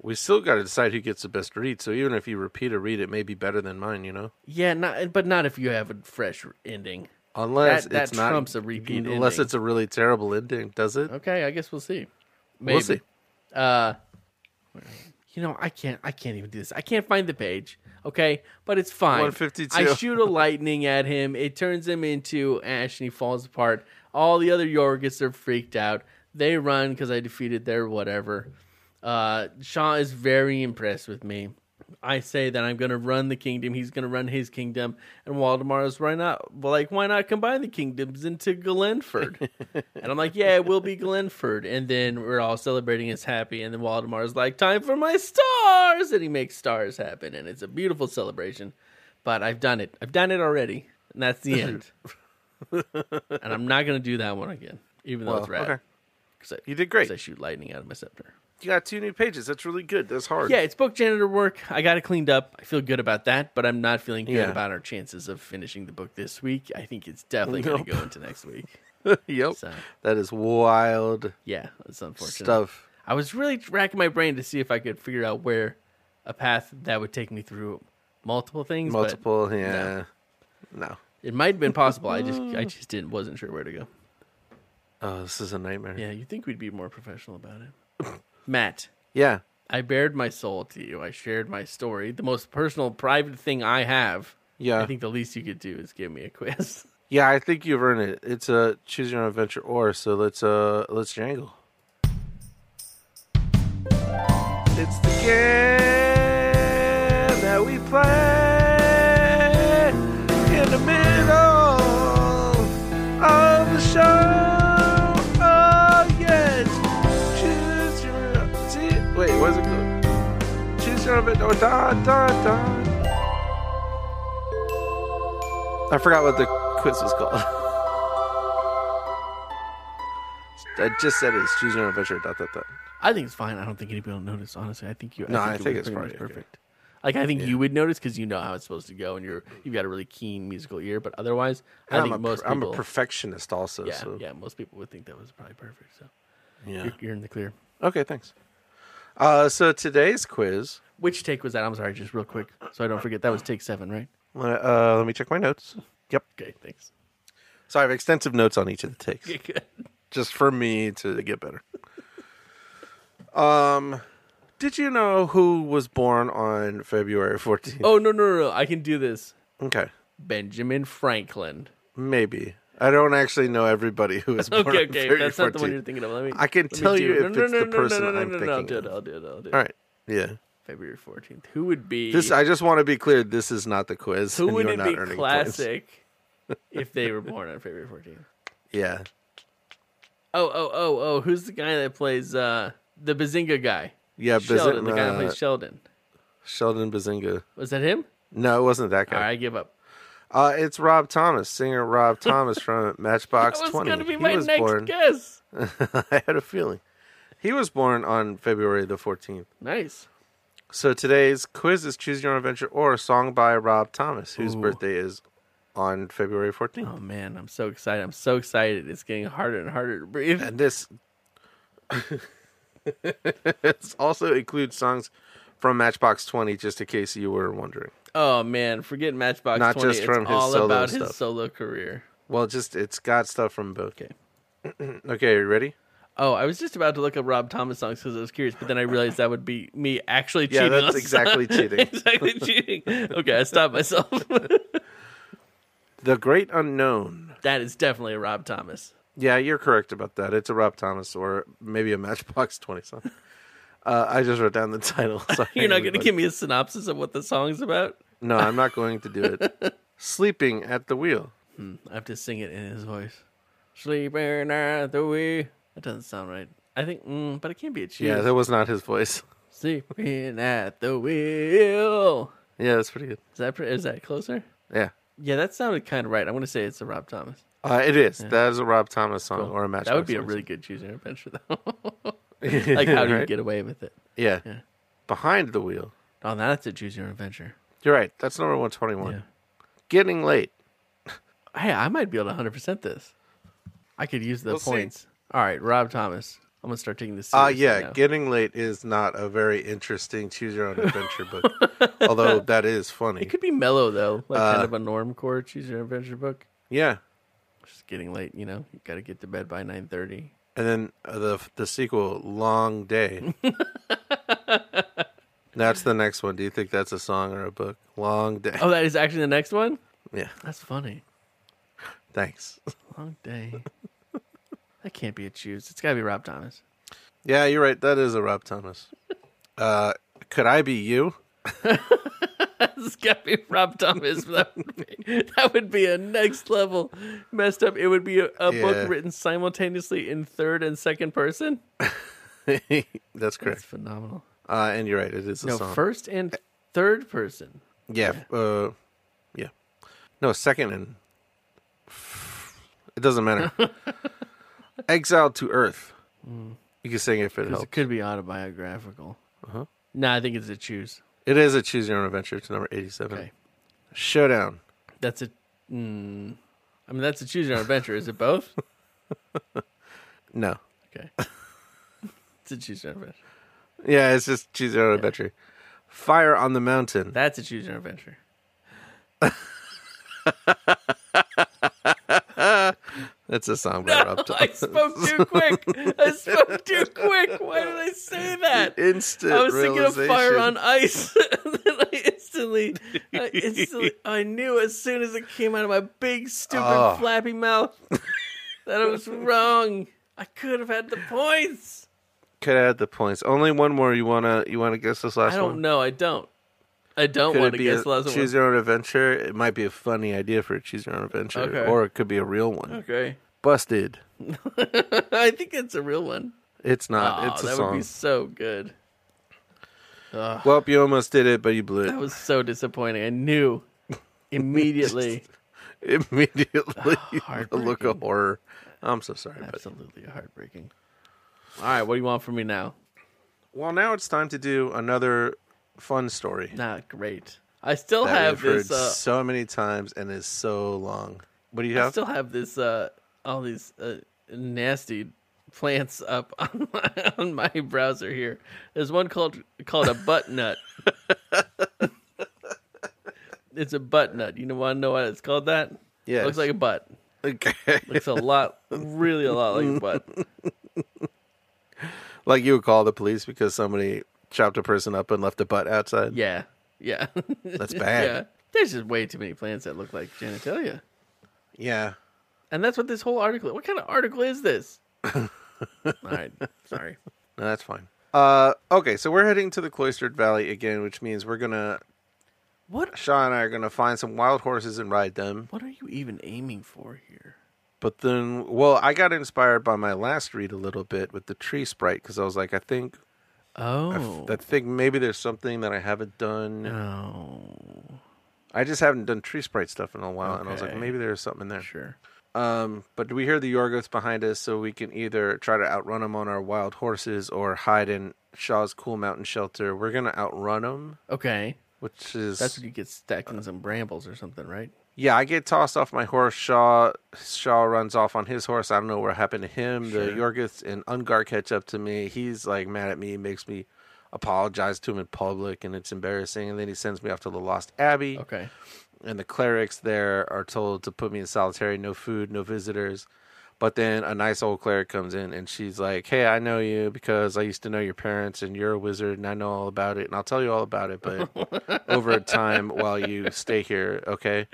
[SPEAKER 2] We still got to decide who gets the best read. So even if you repeat a read, it may be better than mine. You know,
[SPEAKER 3] Yeah, not but not if you have a fresh ending.
[SPEAKER 2] unless
[SPEAKER 3] That- that
[SPEAKER 2] it's not
[SPEAKER 3] trumps a repeat
[SPEAKER 2] Unless
[SPEAKER 3] ending.
[SPEAKER 2] it's a really terrible ending, does it?
[SPEAKER 3] Okay, I guess we'll see. Maybe.
[SPEAKER 2] We'll see.
[SPEAKER 3] Uh, you know, I can't. I can't even do this. I can't find the page. Okay, but it's fine.
[SPEAKER 2] 152.
[SPEAKER 3] I shoot a lightning at him. It turns him into ash, and he falls apart. All the other Yorgis are freaked out. They run because I defeated their whatever. Uh, Shaw is very impressed with me. I say that I'm going to run the kingdom. He's going to run his kingdom, and Waldemar is right not like why not combine the kingdoms into Glenford? and I'm like, yeah, it will be Glenford. And then we're all celebrating. It's happy, and then Waldemar is like, time for my stars, and he makes stars happen, and it's a beautiful celebration. But I've done it. I've done it already, and that's the end. and I'm not going to do that one again, even though
[SPEAKER 2] Well,
[SPEAKER 3] it's rad.
[SPEAKER 2] okay.
[SPEAKER 3] 'Cause I-
[SPEAKER 2] You did great.
[SPEAKER 3] 'cause I shoot lightning out of my scepter.
[SPEAKER 2] You got two new pages. That's really good. That's hard.
[SPEAKER 3] Yeah, it's book janitor work. I got it cleaned up. I feel good about that, but I'm not feeling good
[SPEAKER 2] Yeah.
[SPEAKER 3] about our chances of finishing the book this week. I think it's definitely going
[SPEAKER 2] Nope.
[SPEAKER 3] to go into next week.
[SPEAKER 2] yep.
[SPEAKER 3] So.
[SPEAKER 2] That is wild
[SPEAKER 3] Yeah, it's unfortunate.
[SPEAKER 2] stuff.
[SPEAKER 3] I was really racking my brain to see if I could figure out where a path that would take me through multiple things. but
[SPEAKER 2] Multiple. yeah. no.
[SPEAKER 3] it might have been possible. I just I just didn't wasn't sure where to go.
[SPEAKER 2] Oh, this is a nightmare.
[SPEAKER 3] Yeah, you think we'd be more professional about it, Matt?
[SPEAKER 2] Yeah.
[SPEAKER 3] I bared my soul to you. I shared my story, the most personal, private thing I have.
[SPEAKER 2] Yeah.
[SPEAKER 3] I think the least you could do is give me a quiz.
[SPEAKER 2] Yeah, I think you've earned it. It's a choose your own adventure or so let's uh let's jangle. It's the game that we play in the middle of the show. Oh yes, choose your see. Wait, what is it called? Choose your own adventure. Oh, da da da. I forgot what the quiz was called. I just said it's choose your own adventure. Dot dot dot.
[SPEAKER 3] I think it's fine. I don't think anybody will notice. Honestly, I think you.
[SPEAKER 2] No, I
[SPEAKER 3] it
[SPEAKER 2] think
[SPEAKER 3] was
[SPEAKER 2] it's
[SPEAKER 3] pretty
[SPEAKER 2] probably
[SPEAKER 3] much
[SPEAKER 2] okay.
[SPEAKER 3] Like I think you would notice because you know how it's supposed to go, and you're you've got a really keen musical ear. But otherwise, I
[SPEAKER 2] I'm
[SPEAKER 3] think
[SPEAKER 2] a,
[SPEAKER 3] most
[SPEAKER 2] per- I'm
[SPEAKER 3] people.
[SPEAKER 2] a perfectionist also.
[SPEAKER 3] yeah,
[SPEAKER 2] so,
[SPEAKER 3] yeah, most people would think that was probably perfect. So
[SPEAKER 2] yeah.
[SPEAKER 3] you're, you're in the clear.
[SPEAKER 2] Okay, thanks. Uh, so today's quiz.
[SPEAKER 3] Which take was that? I'm sorry, just real quick, so I don't forget. That was take seven, right?
[SPEAKER 2] Uh, let me check my notes. Yep.
[SPEAKER 3] Okay, thanks.
[SPEAKER 2] So I have extensive notes on each of the takes,
[SPEAKER 3] Okay, good.
[SPEAKER 2] just for me to get better. um, did you know who was born on February 14th?
[SPEAKER 3] Oh no, no, no, no! I can do this.
[SPEAKER 2] Okay,
[SPEAKER 3] Benjamin Franklin.
[SPEAKER 2] maybe. I don't actually know everybody who was born.
[SPEAKER 3] Okay,
[SPEAKER 2] on
[SPEAKER 3] okay,
[SPEAKER 2] February
[SPEAKER 3] that's not the one
[SPEAKER 2] 14th.
[SPEAKER 3] you're thinking of. Let me.
[SPEAKER 2] I can
[SPEAKER 3] let me
[SPEAKER 2] tell
[SPEAKER 3] do
[SPEAKER 2] you
[SPEAKER 3] it.
[SPEAKER 2] if it's the person I'm
[SPEAKER 3] I'll
[SPEAKER 2] thinking
[SPEAKER 3] do it.
[SPEAKER 2] of.
[SPEAKER 3] I'll do it. I'll do it.
[SPEAKER 2] All right. Yeah.
[SPEAKER 3] February 14th. Who would be
[SPEAKER 2] This I just want to be clear. This is not the quiz.
[SPEAKER 3] who
[SPEAKER 2] and
[SPEAKER 3] would
[SPEAKER 2] you're
[SPEAKER 3] it
[SPEAKER 2] not
[SPEAKER 3] be
[SPEAKER 2] earning points.
[SPEAKER 3] classic if they were born on February 14th?
[SPEAKER 2] Yeah.
[SPEAKER 3] Oh, oh, oh, oh, who's the guy that plays uh the Bazinga guy?
[SPEAKER 2] Yeah.
[SPEAKER 3] Sheldon,
[SPEAKER 2] Bazin-
[SPEAKER 3] the guy that
[SPEAKER 2] uh,
[SPEAKER 3] plays Sheldon.
[SPEAKER 2] Sheldon Bazinga.
[SPEAKER 3] Was that him?
[SPEAKER 2] No, it wasn't that guy.
[SPEAKER 3] All right, I give up.
[SPEAKER 2] Uh, it's Rob Thomas, singer Rob Thomas from Matchbox
[SPEAKER 3] that was
[SPEAKER 2] 20.
[SPEAKER 3] gonna be
[SPEAKER 2] He
[SPEAKER 3] my
[SPEAKER 2] was
[SPEAKER 3] next
[SPEAKER 2] born-
[SPEAKER 3] guess.
[SPEAKER 2] I had a feeling. He was born on February the 14th.
[SPEAKER 3] Nice.
[SPEAKER 2] So today's quiz is Choose Your Own Adventure or a song by Rob Thomas, whose
[SPEAKER 3] Ooh.
[SPEAKER 2] birthday is on February 14th.
[SPEAKER 3] Oh man, I'm so excited. I'm so excited. It's getting harder and harder to breathe.
[SPEAKER 2] And this This also includes songs from Matchbox 20, just in case you were wondering.
[SPEAKER 3] Oh man, forget Matchbox
[SPEAKER 2] Not
[SPEAKER 3] 20.
[SPEAKER 2] just from
[SPEAKER 3] it's
[SPEAKER 2] his
[SPEAKER 3] all
[SPEAKER 2] solo
[SPEAKER 3] about
[SPEAKER 2] stuff.
[SPEAKER 3] his solo career.
[SPEAKER 2] Well, just it's got stuff from both.
[SPEAKER 3] Okay.
[SPEAKER 2] Okay, you ready?
[SPEAKER 3] Oh, I was just about to look up Rob Thomas songs because I was curious, but then I realized that would be me actually
[SPEAKER 2] Yeah,
[SPEAKER 3] cheating.
[SPEAKER 2] that's
[SPEAKER 3] on-
[SPEAKER 2] exactly cheating.
[SPEAKER 3] exactly cheating. Okay, I stopped myself.
[SPEAKER 2] The Great Unknown.
[SPEAKER 3] that is definitely a Rob Thomas.
[SPEAKER 2] Yeah, you're correct about that. It's a Rob Thomas or maybe a Matchbox 20 song. Uh, I just wrote down the title. Sorry,
[SPEAKER 3] You're not going to
[SPEAKER 2] everybody.
[SPEAKER 3] give me a synopsis of what the song's about?
[SPEAKER 2] No, I'm not going to do it. Sleeping at the Wheel.
[SPEAKER 3] I have to sing it in his voice. Sleeping at the wheel. That doesn't sound right. I think, mm, but it can't be a cheat.
[SPEAKER 2] Yeah, that was not his voice.
[SPEAKER 3] Sleeping at the wheel.
[SPEAKER 2] Yeah, that's pretty good.
[SPEAKER 3] Is that pre- is that closer?
[SPEAKER 2] Yeah.
[SPEAKER 3] Yeah, that sounded kind of right. I'm going to say it's a Rob Thomas.
[SPEAKER 2] Uh, it is. That is a Rob Thomas song
[SPEAKER 3] Cool.
[SPEAKER 2] or a Matchbox.
[SPEAKER 3] That would be a
[SPEAKER 2] 20
[SPEAKER 3] really good choosing adventure, though.
[SPEAKER 2] song.
[SPEAKER 3] like, how do you
[SPEAKER 2] Right?
[SPEAKER 3] get away with it?
[SPEAKER 2] Yeah.
[SPEAKER 3] Yeah.
[SPEAKER 2] Behind the Wheel.
[SPEAKER 3] Oh, now that's a choose your own adventure.
[SPEAKER 2] You're right. That's number 121.
[SPEAKER 3] Yeah.
[SPEAKER 2] Getting Late.
[SPEAKER 3] Hey, I might be able to 100% this. I could use the
[SPEAKER 2] We'll see.
[SPEAKER 3] points. All right, Rob Thomas. I'm gonna start taking this.
[SPEAKER 2] Ah,
[SPEAKER 3] seriously
[SPEAKER 2] yeah,
[SPEAKER 3] now.
[SPEAKER 2] Getting Late is not a very interesting choose your own adventure book, although that is funny.
[SPEAKER 3] it could be mellow though, like
[SPEAKER 2] Uh,
[SPEAKER 3] kind of a normcore choose your own adventure book.
[SPEAKER 2] Yeah.
[SPEAKER 3] It's just getting late, you know. You got to get to bed by nine thirty.
[SPEAKER 2] And then uh, the the sequel, Long Day. that's the next one. Do you think that's a song or a book? Long Day.
[SPEAKER 3] Oh, that is actually the next one.
[SPEAKER 2] Yeah.
[SPEAKER 3] That's funny.
[SPEAKER 2] Thanks.
[SPEAKER 3] Long day. that can't be a choose. It's got to be Rob Thomas.
[SPEAKER 2] Yeah, you're right. That is a Rob Thomas. Uh, could I be you?
[SPEAKER 3] It's got to be Rob Thomas. That would be, that would be a next level messed up. It would be a, a
[SPEAKER 2] Yeah.
[SPEAKER 3] book written simultaneously in third and second person.
[SPEAKER 2] that's
[SPEAKER 3] That's
[SPEAKER 2] correct.
[SPEAKER 3] phenomenal.
[SPEAKER 2] Uh, and you're right. It is a
[SPEAKER 3] No,
[SPEAKER 2] song.
[SPEAKER 3] first and third person.
[SPEAKER 2] Yeah. Uh, yeah. No, second and. It doesn't matter. Exiled to Earth.
[SPEAKER 3] Mm.
[SPEAKER 2] You can sing if it
[SPEAKER 3] 'Cause
[SPEAKER 2] helps.
[SPEAKER 3] It could be autobiographical.
[SPEAKER 2] Uh-huh.
[SPEAKER 3] No, nah, I think it's a choose.
[SPEAKER 2] It is a Choose Your Own Adventure. It's number 87.
[SPEAKER 3] Okay.
[SPEAKER 2] Showdown.
[SPEAKER 3] That's a. Mm, I mean, that's a choose your own adventure. Is it both?
[SPEAKER 2] No.
[SPEAKER 3] Okay. it's a choose your own adventure.
[SPEAKER 2] Yeah, it's just Choose Your Own Adventure. Fire on the Mountain.
[SPEAKER 3] That's a choose your own adventure.
[SPEAKER 2] That's a song by Rob
[SPEAKER 3] I
[SPEAKER 2] Thomas.
[SPEAKER 3] spoke too quick. I spoke too quick. Why did I say that?
[SPEAKER 2] Instant
[SPEAKER 3] I was thinking of
[SPEAKER 2] realization.
[SPEAKER 3] fire on ice. and then I instantly, I instantly, I knew as soon as it came out of my big, stupid,
[SPEAKER 2] Oh.
[SPEAKER 3] flappy mouth that I was wrong. I could have had the points.
[SPEAKER 2] Could add the points. Only one more. You wanna you wanna guess this last
[SPEAKER 3] I don't
[SPEAKER 2] one?
[SPEAKER 3] know. I don't. I don't
[SPEAKER 2] Could
[SPEAKER 3] want
[SPEAKER 2] it
[SPEAKER 3] to
[SPEAKER 2] be a
[SPEAKER 3] guess last
[SPEAKER 2] Choose
[SPEAKER 3] one.
[SPEAKER 2] Your Own Adventure? It might be a funny idea for a Choose Your Own Adventure,
[SPEAKER 3] Okay.
[SPEAKER 2] or it could be a real one.
[SPEAKER 3] Okay.
[SPEAKER 2] Busted.
[SPEAKER 3] I think it's a real one.
[SPEAKER 2] It's not.
[SPEAKER 3] Oh,
[SPEAKER 2] it's a
[SPEAKER 3] that would
[SPEAKER 2] song.
[SPEAKER 3] be so good. Ugh.
[SPEAKER 2] Well, you almost did it, but you blew
[SPEAKER 3] That
[SPEAKER 2] it
[SPEAKER 3] was so disappointing. I knew immediately.
[SPEAKER 2] immediately. a
[SPEAKER 3] heartbreaking.
[SPEAKER 2] look of horror. I'm so sorry, but
[SPEAKER 3] Absolutely heartbreaking. All right, what do you want from me now?
[SPEAKER 2] well, now it's time to do another fun story
[SPEAKER 3] Not great. I still
[SPEAKER 2] that
[SPEAKER 3] have
[SPEAKER 2] we've heard
[SPEAKER 3] this. Uh,
[SPEAKER 2] so many times and is so long. What do you
[SPEAKER 3] I
[SPEAKER 2] have?
[SPEAKER 3] still have this. Uh, all these uh, nasty plants up on my, on my browser here. There's one called called a butt nut. it's a butt nut. You know want to know why it's called that?
[SPEAKER 2] Yes.
[SPEAKER 3] looks like a butt.
[SPEAKER 2] okay,
[SPEAKER 3] Looks a lot, really a lot like a butt.
[SPEAKER 2] like you would call the police because somebody chopped a person up and left a butt outside.
[SPEAKER 3] Yeah, yeah.
[SPEAKER 2] That's bad.
[SPEAKER 3] Yeah. There's just way too many plants that look like genitalia.
[SPEAKER 2] Yeah.
[SPEAKER 3] And that's what this whole article. What kind of article is this? All right, sorry.
[SPEAKER 2] No, that's fine. Uh, okay, so we're heading to the cloistered valley again, which means we're gonna
[SPEAKER 3] What
[SPEAKER 2] Shaw and I are gonna find some wild horses and ride them.
[SPEAKER 3] what are you even aiming for here?
[SPEAKER 2] But then, well, I got inspired by my last read a little bit with the tree sprite because I was like, I think, I f-
[SPEAKER 3] Oh,
[SPEAKER 2] I think maybe there's something that I haven't done.
[SPEAKER 3] no,
[SPEAKER 2] I just haven't done tree sprite stuff in a while, and I was like,
[SPEAKER 3] Okay.
[SPEAKER 2] maybe there's something there.
[SPEAKER 3] sure.
[SPEAKER 2] Um, but we hear the Yorgos behind us, so we can either try to outrun them on our wild horses or hide in Shaw's cool mountain shelter. We're gonna outrun them,
[SPEAKER 3] Okay,
[SPEAKER 2] which is
[SPEAKER 3] that's when you get stuck in some brambles or something, right?
[SPEAKER 2] Yeah, I get tossed off my horse. Shaw Shaw runs off on his horse. I don't know what happened to him. The Yorgith and Ungar catch up to me. He's like mad at me, makes me apologize to him in public, and it's embarrassing. And then he sends me off to the Lost Abbey.
[SPEAKER 3] Okay,
[SPEAKER 2] And the clerics there are told to put me in solitary, no food, no visitors. But then a nice old cleric comes in and she's like, Hey, I know you because I used to know your parents and you're a wizard and I know all about it and I'll tell you all about it, but over time while you stay here, okay?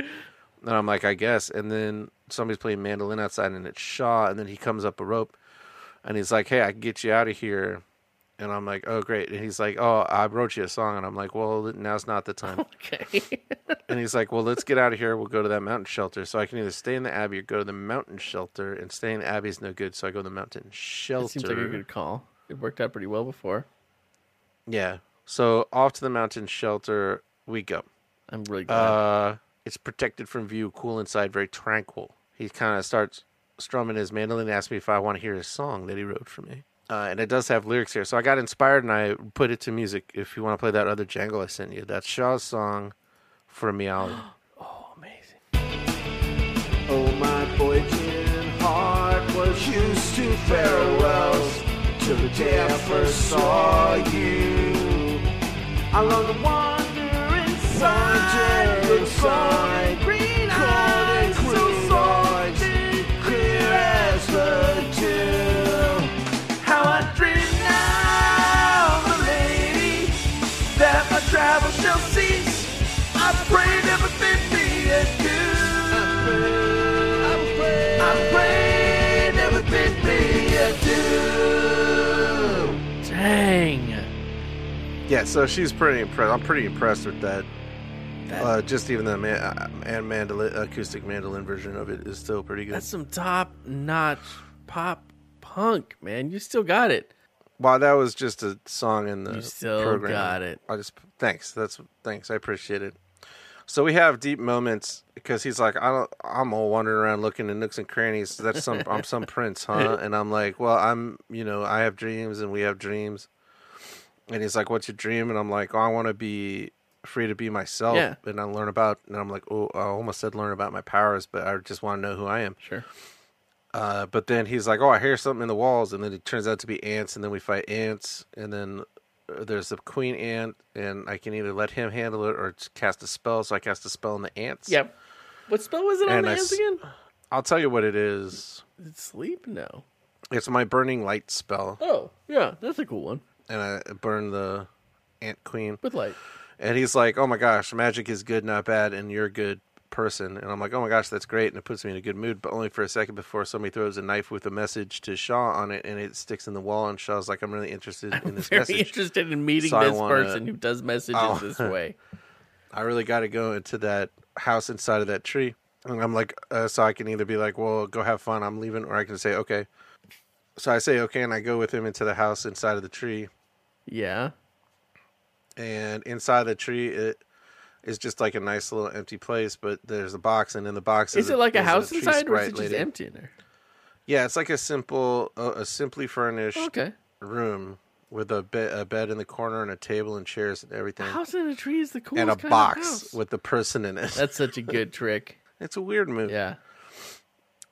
[SPEAKER 2] And I'm like, I guess. And then somebody's playing mandolin outside and it's Shaw. And then he comes up a rope and he's like, Hey, I can get you out of here. And I'm like, Oh, great. And he's like, Oh, I wrote you a song. And I'm like, Well, now's not the time.
[SPEAKER 3] okay.
[SPEAKER 2] And he's like, "Well, let's get out of here. We'll go to that mountain shelter." So I can either stay in the abbey or go to the mountain shelter. And staying in the abbey is no good, so I go to the mountain shelter.
[SPEAKER 3] That seems like a good call. It worked out pretty well before.
[SPEAKER 2] Yeah. So off to the mountain shelter we go.
[SPEAKER 3] I'm really glad.
[SPEAKER 2] Uh, it's protected from view, cool inside, very tranquil. He kind of starts strumming his mandolin and asks me if I want to hear his song that he wrote for me. Uh, and it does have lyrics here. So I got inspired and I put it to music. If you want to play that other jangle I sent you, that's Shaw's song for Meowth.
[SPEAKER 3] oh, amazing.
[SPEAKER 2] Oh, my boy, Jim Hart was
[SPEAKER 5] was used to farewells till the day I first saw you. I long to wander inside your golden green eyes, so soft and clear as the dew. How I dream now, my lady, that my travel shall cease. I pray never bid me adieu. I pray, I pray never bid me adieu.
[SPEAKER 3] Dang.
[SPEAKER 2] Yeah, so she's pretty impressed. I'm pretty impressed with that.
[SPEAKER 3] That-
[SPEAKER 2] uh, just even the man- uh, and mandolin, acoustic mandolin version of it is still pretty good.
[SPEAKER 3] That's some top notch pop punk, man. You still got it.
[SPEAKER 2] Wow, that was just a song in the
[SPEAKER 3] You still
[SPEAKER 2] program.
[SPEAKER 3] got it.
[SPEAKER 2] I just thanks. That's thanks. I appreciate it. So we have deep moments because he's like, I don't, I'm all wandering around looking in nooks and crannies. That's some, I'm some prince, huh? And I'm like, well, I'm, you know, I have dreams and we have dreams. And he's like, what's your dream? And I'm like, oh, I want to be free to be myself.
[SPEAKER 3] Yeah.
[SPEAKER 2] And I learn about, and I'm like, oh, I almost said learn about my powers, but I just want to know who I am.
[SPEAKER 3] Sure.
[SPEAKER 2] Uh, but then he's like, "Oh, I hear something in the walls," and then it turns out to be ants, and then we fight ants, and then uh, there's the queen ant, and I can either let him handle it or just cast a spell. So I cast a spell on the ants.
[SPEAKER 3] Yep. What spell was it on
[SPEAKER 2] And
[SPEAKER 3] the
[SPEAKER 2] I
[SPEAKER 3] hands
[SPEAKER 2] s-
[SPEAKER 3] again?
[SPEAKER 2] I'll tell you what it is.
[SPEAKER 3] Is it sleep? No.
[SPEAKER 2] It's my burning light spell,
[SPEAKER 3] Oh, yeah. That's a cool one.
[SPEAKER 2] and I burn the ant queen.
[SPEAKER 3] With light.
[SPEAKER 2] And he's like, "Oh my gosh, magic is good, not bad, and you're a good person." And I'm like, "Oh my gosh, that's great," and it puts me in a good mood, but only for a second before somebody throws a knife with a message to Shaw on it, and it sticks in the wall, and Shaw's like, "I'm really interested in this
[SPEAKER 3] Very
[SPEAKER 2] message."
[SPEAKER 3] interested in meeting
[SPEAKER 2] So I
[SPEAKER 3] this
[SPEAKER 2] wanna-
[SPEAKER 3] person who does messages
[SPEAKER 2] Oh.
[SPEAKER 3] this way.
[SPEAKER 2] I really got to go into that house inside of that tree. And I'm like, uh, so I can either be like, well, go have fun, I'm leaving, or I can say, okay. So I say, okay, and I go with him into the house inside of the tree.
[SPEAKER 3] Yeah.
[SPEAKER 2] And inside the tree, it is just like a nice little empty place, but there's a box, and in the box
[SPEAKER 3] Is it like a
[SPEAKER 2] there's
[SPEAKER 3] house
[SPEAKER 2] tree
[SPEAKER 3] inside, or is
[SPEAKER 2] sprite
[SPEAKER 3] it just
[SPEAKER 2] lady.
[SPEAKER 3] empty in there?
[SPEAKER 2] Yeah, it's like a simple, uh, a simply furnished
[SPEAKER 3] Okay.
[SPEAKER 2] room with a, be- a bed in the corner and a table and chairs and everything,
[SPEAKER 3] A house in a tree is the coolest
[SPEAKER 2] and a
[SPEAKER 3] kind of
[SPEAKER 2] box
[SPEAKER 3] house.
[SPEAKER 2] with the person in it.
[SPEAKER 3] That's such a good trick.
[SPEAKER 2] it's a weird movie.
[SPEAKER 3] Yeah.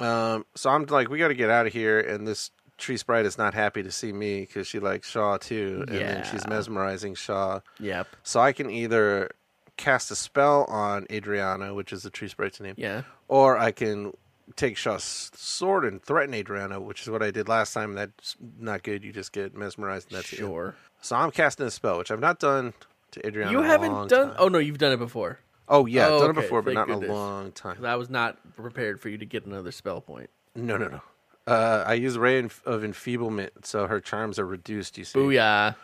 [SPEAKER 2] Um, so I'm like, we got to get out of here, and this tree sprite is not happy to see me because she likes Shaw too, and then she's
[SPEAKER 3] Yeah.
[SPEAKER 2] mesmerizing Shaw.
[SPEAKER 3] Yep.
[SPEAKER 2] So I can either cast a spell on Adriana, which is the tree sprite's name,
[SPEAKER 3] Yeah.
[SPEAKER 2] or I can take Shaw's sword and threaten Adriana, which is what I did last time. That's not good. You just get mesmerized. And that's it.
[SPEAKER 3] sure.
[SPEAKER 2] So I'm casting a spell, which I've not done to Adriana.
[SPEAKER 3] You
[SPEAKER 2] in a long
[SPEAKER 3] haven't done.
[SPEAKER 2] time.
[SPEAKER 3] Oh no, you've done it before.
[SPEAKER 2] Oh yeah,
[SPEAKER 3] oh,
[SPEAKER 2] I've done
[SPEAKER 3] okay,
[SPEAKER 2] it before, but not
[SPEAKER 3] thank
[SPEAKER 2] in a
[SPEAKER 3] goodness.
[SPEAKER 2] long time.
[SPEAKER 3] 'Cause I was not prepared for you to get another spell point.
[SPEAKER 2] No, no, no. Uh, I use Ray Enf- of Enfeeblement, so her charms are reduced, you see.
[SPEAKER 3] Booyah!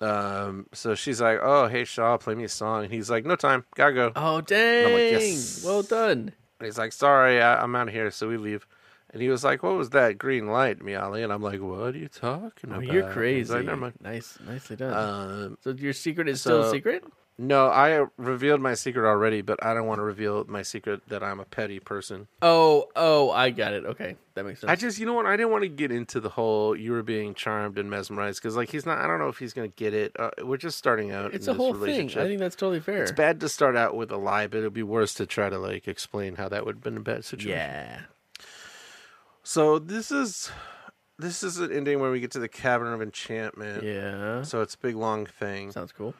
[SPEAKER 2] Um, so she's like, oh, hey, Shaw, play me a song. And he's like, no time, gotta go.
[SPEAKER 3] Oh dang!
[SPEAKER 2] yes.
[SPEAKER 3] Well done.
[SPEAKER 2] And he's like, sorry, I- I'm out of here, so we leave. And he was like, what was that green light, Miali? And I'm like, what are you talking
[SPEAKER 3] Oh,
[SPEAKER 2] about?
[SPEAKER 3] you're
[SPEAKER 2] And he's
[SPEAKER 3] crazy.
[SPEAKER 2] like, Uh, never mind.
[SPEAKER 3] Nice, nicely done.
[SPEAKER 2] Um,
[SPEAKER 3] so your secret is still a
[SPEAKER 2] so-
[SPEAKER 3] secret.
[SPEAKER 2] no, I revealed my secret already, but I don't want to reveal my secret that I'm a petty person.
[SPEAKER 3] Oh, oh, I got it. Okay, that makes sense.
[SPEAKER 2] I just, you know what? I didn't want to get into the whole you were being charmed and mesmerized because, like, he's not. I don't know if he's going to get it. Uh, we're just starting out.
[SPEAKER 3] it's
[SPEAKER 2] in
[SPEAKER 3] a
[SPEAKER 2] this
[SPEAKER 3] whole thing.
[SPEAKER 2] relationship.
[SPEAKER 3] I think that's totally fair.
[SPEAKER 2] it's bad to start out with a lie, but it'd be worse to try to like explain how that would have been a bad situation.
[SPEAKER 3] Yeah.
[SPEAKER 2] So this is this is an ending where we get to the Cavern of Enchantment.
[SPEAKER 3] Yeah.
[SPEAKER 2] So it's a big long thing,
[SPEAKER 3] Sounds cool.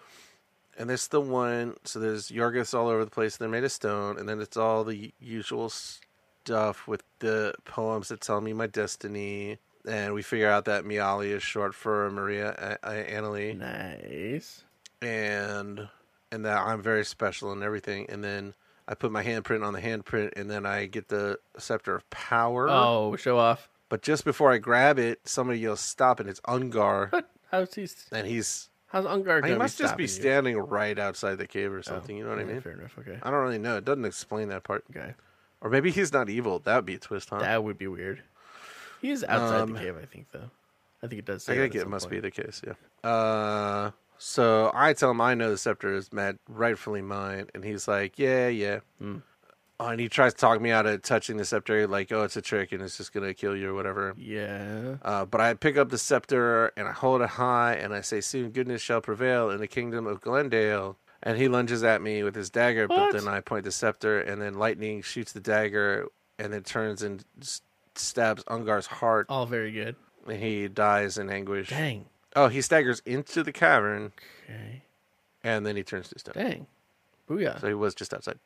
[SPEAKER 2] and this the one. So there's Yargis all over the place. They're made of stone, and then it's all the usual stuff with the poems that tell me my destiny. And we figure out that Miali is short for Maria uh, Annalie.
[SPEAKER 3] Nice.
[SPEAKER 2] and and that I'm very special and everything. And then I put my handprint on the handprint, and then I get the scepter of power.
[SPEAKER 3] Oh, show off.
[SPEAKER 2] But just before I grab it, somebody yells "Stop!" and it's Ungar,
[SPEAKER 3] But how's he?
[SPEAKER 2] and he's
[SPEAKER 3] How's Ungar going?
[SPEAKER 2] he must just be
[SPEAKER 3] standing.
[SPEAKER 2] standing right outside the cave or something. you know what I mean?
[SPEAKER 3] Oh,
[SPEAKER 2] Uh,
[SPEAKER 3] Fair enough. Okay.
[SPEAKER 2] I don't really know. It doesn't explain that part.
[SPEAKER 3] Okay.
[SPEAKER 2] Or maybe he's not evil. That would be a twist, huh?
[SPEAKER 3] That would be weird. He is outside
[SPEAKER 2] uh. Um,
[SPEAKER 3] the cave, I think, though. I think it does. Say
[SPEAKER 2] I
[SPEAKER 3] that
[SPEAKER 2] think
[SPEAKER 3] at
[SPEAKER 2] it
[SPEAKER 3] some
[SPEAKER 2] must be
[SPEAKER 3] point.
[SPEAKER 2] the case, yeah. Uh, so I tell him I know the scepter is mad, rightfully mine, and he's like, yeah, yeah. Oh, and he tries to talk me out of touching the scepter, like, oh, it's a trick, and it's just gonna kill you or whatever.
[SPEAKER 3] Yeah.
[SPEAKER 2] Uh, but I pick up the scepter and I hold it high, and I say, soon goodness shall prevail in the kingdom of Glendale. And he lunges at me with his dagger,
[SPEAKER 3] What?
[SPEAKER 2] but then I point the scepter, and then lightning shoots the dagger, and then turns and s- stabs Ungar's heart
[SPEAKER 3] All very good.
[SPEAKER 2] and he dies in anguish.
[SPEAKER 3] Dang.
[SPEAKER 2] Oh, he staggers into the cavern
[SPEAKER 3] Okay.
[SPEAKER 2] and then he turns to stone.
[SPEAKER 3] Dang. Booyah.
[SPEAKER 2] So he was just outside.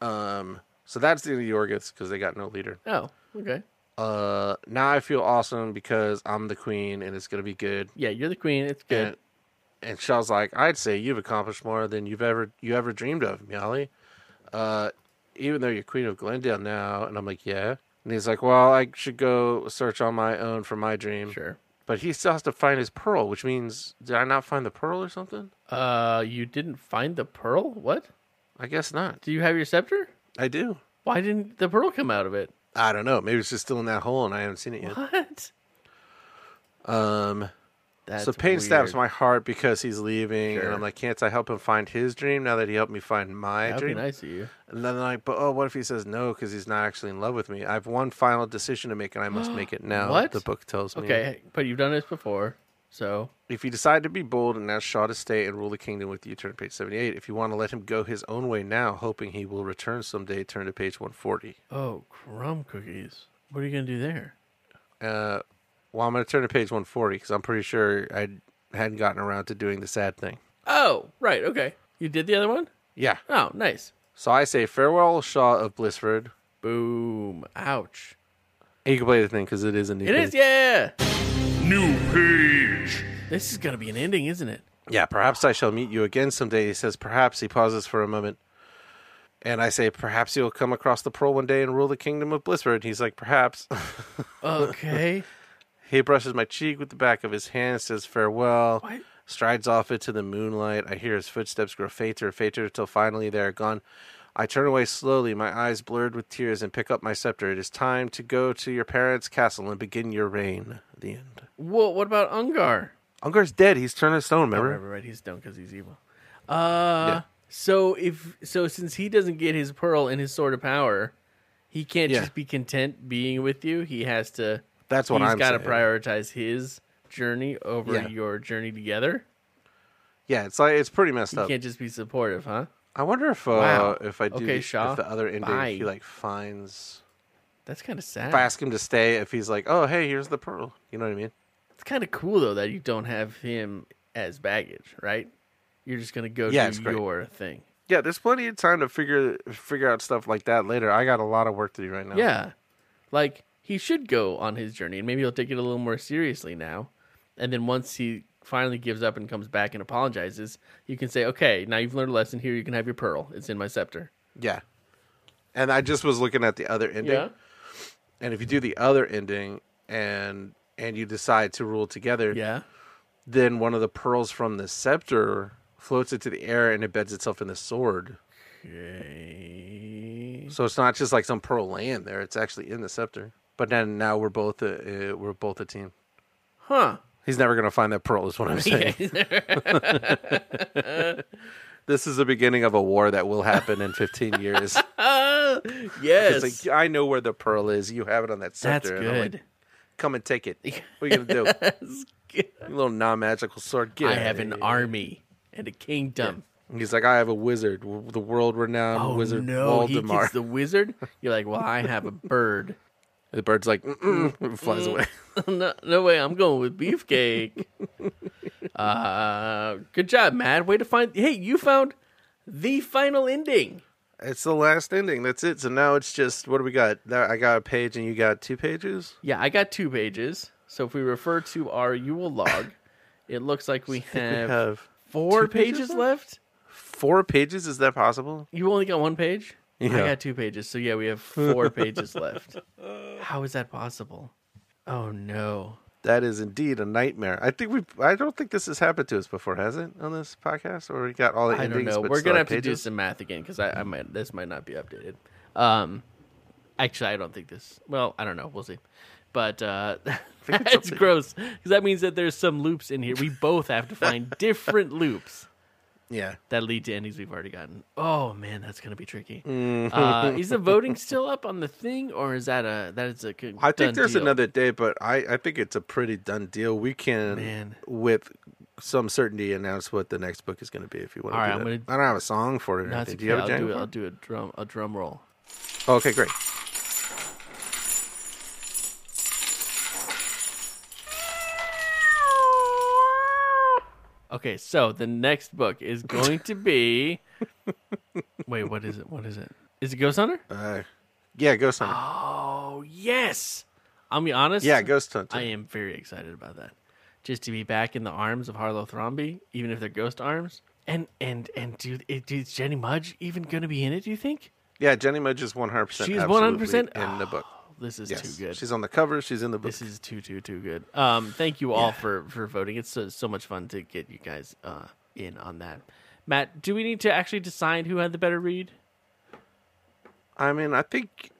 [SPEAKER 2] Um, so that's the end of the Orgoths because they got no leader.
[SPEAKER 3] oh, okay.
[SPEAKER 2] Uh, now I feel awesome because I'm the queen and it's gonna be good.
[SPEAKER 3] Yeah, you're the queen. It's good.
[SPEAKER 2] And, and Shaw's like, I'd say you've accomplished more than you've ever you ever dreamed of, Miali. Uh, even though you're queen of Glendale now, and I'm like, yeah. And he's like, well, I should go search on my own for my dream.
[SPEAKER 3] Sure.
[SPEAKER 2] But he still has to find his pearl, which means did I not find the pearl or something?
[SPEAKER 3] Uh, you didn't find the pearl? What?
[SPEAKER 2] I guess not.
[SPEAKER 3] Do you have your scepter?
[SPEAKER 2] I do.
[SPEAKER 3] Why didn't the pearl come out of it?
[SPEAKER 2] I don't know. Maybe it's just still in that hole and I haven't seen it yet.
[SPEAKER 3] What?
[SPEAKER 2] Um,
[SPEAKER 3] That's
[SPEAKER 2] so pain
[SPEAKER 3] weird.
[SPEAKER 2] stabs my heart because he's leaving,
[SPEAKER 3] Sure.
[SPEAKER 2] and I'm like, can't I help him find his dream now that he helped me find my
[SPEAKER 3] That'd be
[SPEAKER 2] dream?
[SPEAKER 3] nice of you.
[SPEAKER 2] And then I'm like, but oh, what if he says no because he's not actually in love with me? I have one final decision to make, and I must make it now.
[SPEAKER 3] What?
[SPEAKER 2] the book tells me.
[SPEAKER 3] Okay, but you've done this before, so
[SPEAKER 2] If you decide to be bold and ask Shaw to stay and rule the kingdom with you, turn to page 78. If you want to let him go his own way now, hoping he will return someday, turn to page 140.
[SPEAKER 3] oh, crumb cookies. What are you gonna do there? Oh.
[SPEAKER 2] Uh, well, I'm going to turn to page 140 because I'm pretty sure I hadn't gotten around to doing the sad thing.
[SPEAKER 3] Oh, right. Okay, you did the other one.
[SPEAKER 2] Yeah.
[SPEAKER 3] Oh, nice.
[SPEAKER 2] So I say farewell, Shaw of Blissford.
[SPEAKER 3] Boom. Ouch.
[SPEAKER 2] You can play the thing because it is a new
[SPEAKER 3] It
[SPEAKER 2] thing.
[SPEAKER 3] is. Yeah.
[SPEAKER 1] New page.
[SPEAKER 3] This is gonna be an ending, isn't it?
[SPEAKER 2] Yeah, perhaps I shall meet you again someday. He says, perhaps. He pauses for a moment. And I say, perhaps you'll come across the pearl one day and rule the kingdom of Blissford. He's like, perhaps.
[SPEAKER 3] Okay.
[SPEAKER 2] he brushes my cheek with the back of his hand, says farewell,
[SPEAKER 3] What?
[SPEAKER 2] strides off into the moonlight. I hear his footsteps grow fainter, fainter, till finally they are gone. I turn away slowly, my eyes blurred with tears, and pick up my scepter. It is time to go to your parents' castle and begin your reign. The end.
[SPEAKER 3] Whoa. What about Ungar?
[SPEAKER 2] Ungar's dead. He's turned to stone,
[SPEAKER 3] Oh,
[SPEAKER 2] remember?
[SPEAKER 3] right, right, right. He's done because he's evil. Uh,
[SPEAKER 2] Yeah.
[SPEAKER 3] so if so, since he doesn't get his pearl and his sword of power, he can't
[SPEAKER 2] Yeah.
[SPEAKER 3] just be content being with you. He has to.
[SPEAKER 2] That's what
[SPEAKER 3] he's
[SPEAKER 2] I'm
[SPEAKER 3] gotta
[SPEAKER 2] saying.
[SPEAKER 3] prioritize his journey over
[SPEAKER 2] Yeah.
[SPEAKER 3] your journey together.
[SPEAKER 2] Yeah, it's like it's pretty messed
[SPEAKER 3] You
[SPEAKER 2] up.
[SPEAKER 3] can't just be supportive, huh?
[SPEAKER 2] I wonder if uh,
[SPEAKER 3] Wow.
[SPEAKER 2] if I do
[SPEAKER 3] Okay, Shaw.
[SPEAKER 2] if the other ending
[SPEAKER 3] Bye.
[SPEAKER 2] if he like finds
[SPEAKER 3] That's kind of sad.
[SPEAKER 2] if I ask him to stay if he's like oh hey here's the pearl you know what I mean
[SPEAKER 3] It's kind of cool though that you don't have him as baggage, right? You're just gonna go
[SPEAKER 2] Yeah, it's
[SPEAKER 3] do
[SPEAKER 2] great.
[SPEAKER 3] your thing.
[SPEAKER 2] yeah there's plenty of time to figure figure out stuff like that later I got a lot of work to do right now
[SPEAKER 3] Yeah, like he should go on his journey, and maybe he'll take it a little more seriously now. And then once he finally gives up and comes back and apologizes, you can say, "Okay, now you've learned a lesson. Here, you can have your pearl. It's in my scepter."
[SPEAKER 2] yeah and I just was looking at the other ending and if you do the other ending and and you decide to rule together
[SPEAKER 3] yeah.
[SPEAKER 2] then one of the pearls from the scepter floats into the air and embeds itself in the sword
[SPEAKER 3] Okay.
[SPEAKER 2] So it's not just like some pearl land there; it's actually in the scepter. But then now we're both a, uh, we're both a team.
[SPEAKER 3] Huh.
[SPEAKER 2] He's never gonna find that pearl, is what I'm saying. This is the beginning of a war that will happen in 15 years.
[SPEAKER 3] yes.
[SPEAKER 2] It's like I know where the pearl is. You have it on that
[SPEAKER 3] That's
[SPEAKER 2] scepter. and I'm like,
[SPEAKER 3] good.
[SPEAKER 2] Come and take it. What are you gonna do? You little non-magical sword. Get
[SPEAKER 3] I
[SPEAKER 2] outta
[SPEAKER 3] have an
[SPEAKER 2] here.
[SPEAKER 3] army and a kingdom.
[SPEAKER 2] He's like, I have a wizard, w- the world-renowned
[SPEAKER 3] Oh
[SPEAKER 2] wizard
[SPEAKER 3] no, he
[SPEAKER 2] Waldemar.
[SPEAKER 3] gets the wizard. You're like, well, I have a bird.
[SPEAKER 2] The bird's like, Mm-mm, and flies away.
[SPEAKER 3] no, no way, I'm going with beefcake. uh, good job, Matt. Way to find. Hey, you found the final ending.
[SPEAKER 2] It's the last ending. That's it. So now it's just what do we got? There, I got a page, and you got two pages.
[SPEAKER 3] Yeah, I got two pages. So if we refer to our Yule log, it looks like we have,
[SPEAKER 2] we have
[SPEAKER 3] four
[SPEAKER 2] two pages
[SPEAKER 3] pages
[SPEAKER 2] left?
[SPEAKER 3] left.
[SPEAKER 2] four pages. Is that possible?
[SPEAKER 3] You only got one page? I
[SPEAKER 2] Yeah.
[SPEAKER 3] got two pages. So yeah, we have four pages left. How is that possible? Oh no.
[SPEAKER 2] That is indeed a nightmare. I think we. I don't think this has happened to us before, has it? On this podcast, or we got all the
[SPEAKER 3] I don't
[SPEAKER 2] endings.
[SPEAKER 3] know.
[SPEAKER 2] but
[SPEAKER 3] We're
[SPEAKER 2] still
[SPEAKER 3] gonna
[SPEAKER 2] have
[SPEAKER 3] have to do
[SPEAKER 2] pages?
[SPEAKER 3] some math again because I, I might this might not be updated. Um, actually, I don't think this. Well, I don't know. We'll see. But uh,
[SPEAKER 2] it's
[SPEAKER 3] that's
[SPEAKER 2] updated.
[SPEAKER 3] gross because that means that there's some loops in here. We both have to find different loops
[SPEAKER 2] Yeah,
[SPEAKER 3] that lead to endings we've already gotten. Oh man, that's gonna be tricky.
[SPEAKER 2] Mm.
[SPEAKER 3] Uh, is the voting still up on the thing, or is that a that is a? con-
[SPEAKER 2] I think
[SPEAKER 3] done
[SPEAKER 2] there's
[SPEAKER 3] deal?
[SPEAKER 2] another day, but I. I think it's a pretty done deal. We can,
[SPEAKER 3] Man.
[SPEAKER 2] with some certainty, announce what the next book is going to be. If you want
[SPEAKER 3] All
[SPEAKER 2] to,
[SPEAKER 3] right,
[SPEAKER 2] do
[SPEAKER 3] I'm
[SPEAKER 2] that.
[SPEAKER 3] gonna-
[SPEAKER 2] I don't have a song for it. Or
[SPEAKER 3] No, it's
[SPEAKER 2] anything. Do you
[SPEAKER 3] okay.
[SPEAKER 2] have a
[SPEAKER 3] I'll
[SPEAKER 2] jingle
[SPEAKER 3] do it.
[SPEAKER 2] for
[SPEAKER 3] I'll
[SPEAKER 2] it?
[SPEAKER 3] do a drum a drum roll.
[SPEAKER 2] Oh, okay, great.
[SPEAKER 3] Okay, so the next book is going to be. Wait, what is it? What is it? Is it Ghost Hunter?
[SPEAKER 2] Uh, yeah, Ghost Hunter.
[SPEAKER 3] Oh yes. I'll be honest.
[SPEAKER 2] yeah, Ghost Hunter.
[SPEAKER 3] I am very excited about that. Just to be back in the arms of Harlow Thrombey, even if they're ghost arms. And and and do it, is Jenny Mudge even going to be in it? Do you think?
[SPEAKER 2] yeah, Jenny Mudge is one hundred percent.
[SPEAKER 3] She's one hundred percent
[SPEAKER 2] in the book.
[SPEAKER 3] Oh, This is
[SPEAKER 2] Yes,
[SPEAKER 3] too good.
[SPEAKER 2] she's on the cover. She's in the book.
[SPEAKER 3] this is too too too good. Um, thank you all for for voting. It's so, so much fun to get you guys uh in on that. Matt, do we need to actually decide who had the better read?
[SPEAKER 2] I mean, I think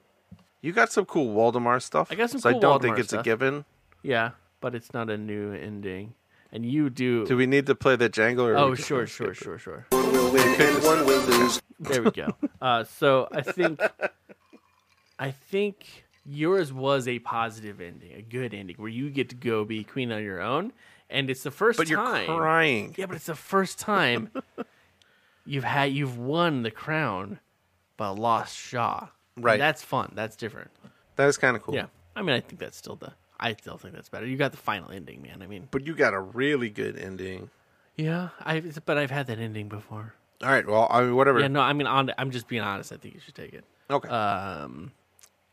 [SPEAKER 2] you got some cool Waldemar stuff.
[SPEAKER 3] I got some
[SPEAKER 2] so I
[SPEAKER 3] cool
[SPEAKER 2] don't
[SPEAKER 3] Waldemar
[SPEAKER 2] think it's
[SPEAKER 3] stuff.
[SPEAKER 2] a given.
[SPEAKER 3] Yeah, but it's not a new ending, and you do.
[SPEAKER 2] Do we need to play the jangle? Or
[SPEAKER 3] oh,
[SPEAKER 2] we just
[SPEAKER 3] sure,
[SPEAKER 2] gonna
[SPEAKER 3] sure,
[SPEAKER 2] skip it?
[SPEAKER 3] sure, sure.
[SPEAKER 5] will win and one will lose.
[SPEAKER 3] There we go. Uh, so I think, I think yours was a positive ending, a good ending, where you get to go be queen on your own, and it's the first
[SPEAKER 2] But you're
[SPEAKER 3] time.
[SPEAKER 2] crying.
[SPEAKER 3] Yeah, but it's the first time you've had you've won the crown, but lost Shaw. And
[SPEAKER 2] Right.
[SPEAKER 3] that's fun. That's different.
[SPEAKER 2] That is kind of cool.
[SPEAKER 3] Yeah. I mean, I think that's still the. I still think that's better. You got the final ending, man. I mean,
[SPEAKER 2] But you got a really good ending.
[SPEAKER 3] yeah. I but I've had that ending before.
[SPEAKER 2] All right. Well, I mean, whatever.
[SPEAKER 3] Yeah. No. I mean, on, I'm just being honest. I think you should take it.
[SPEAKER 2] okay.
[SPEAKER 3] Um,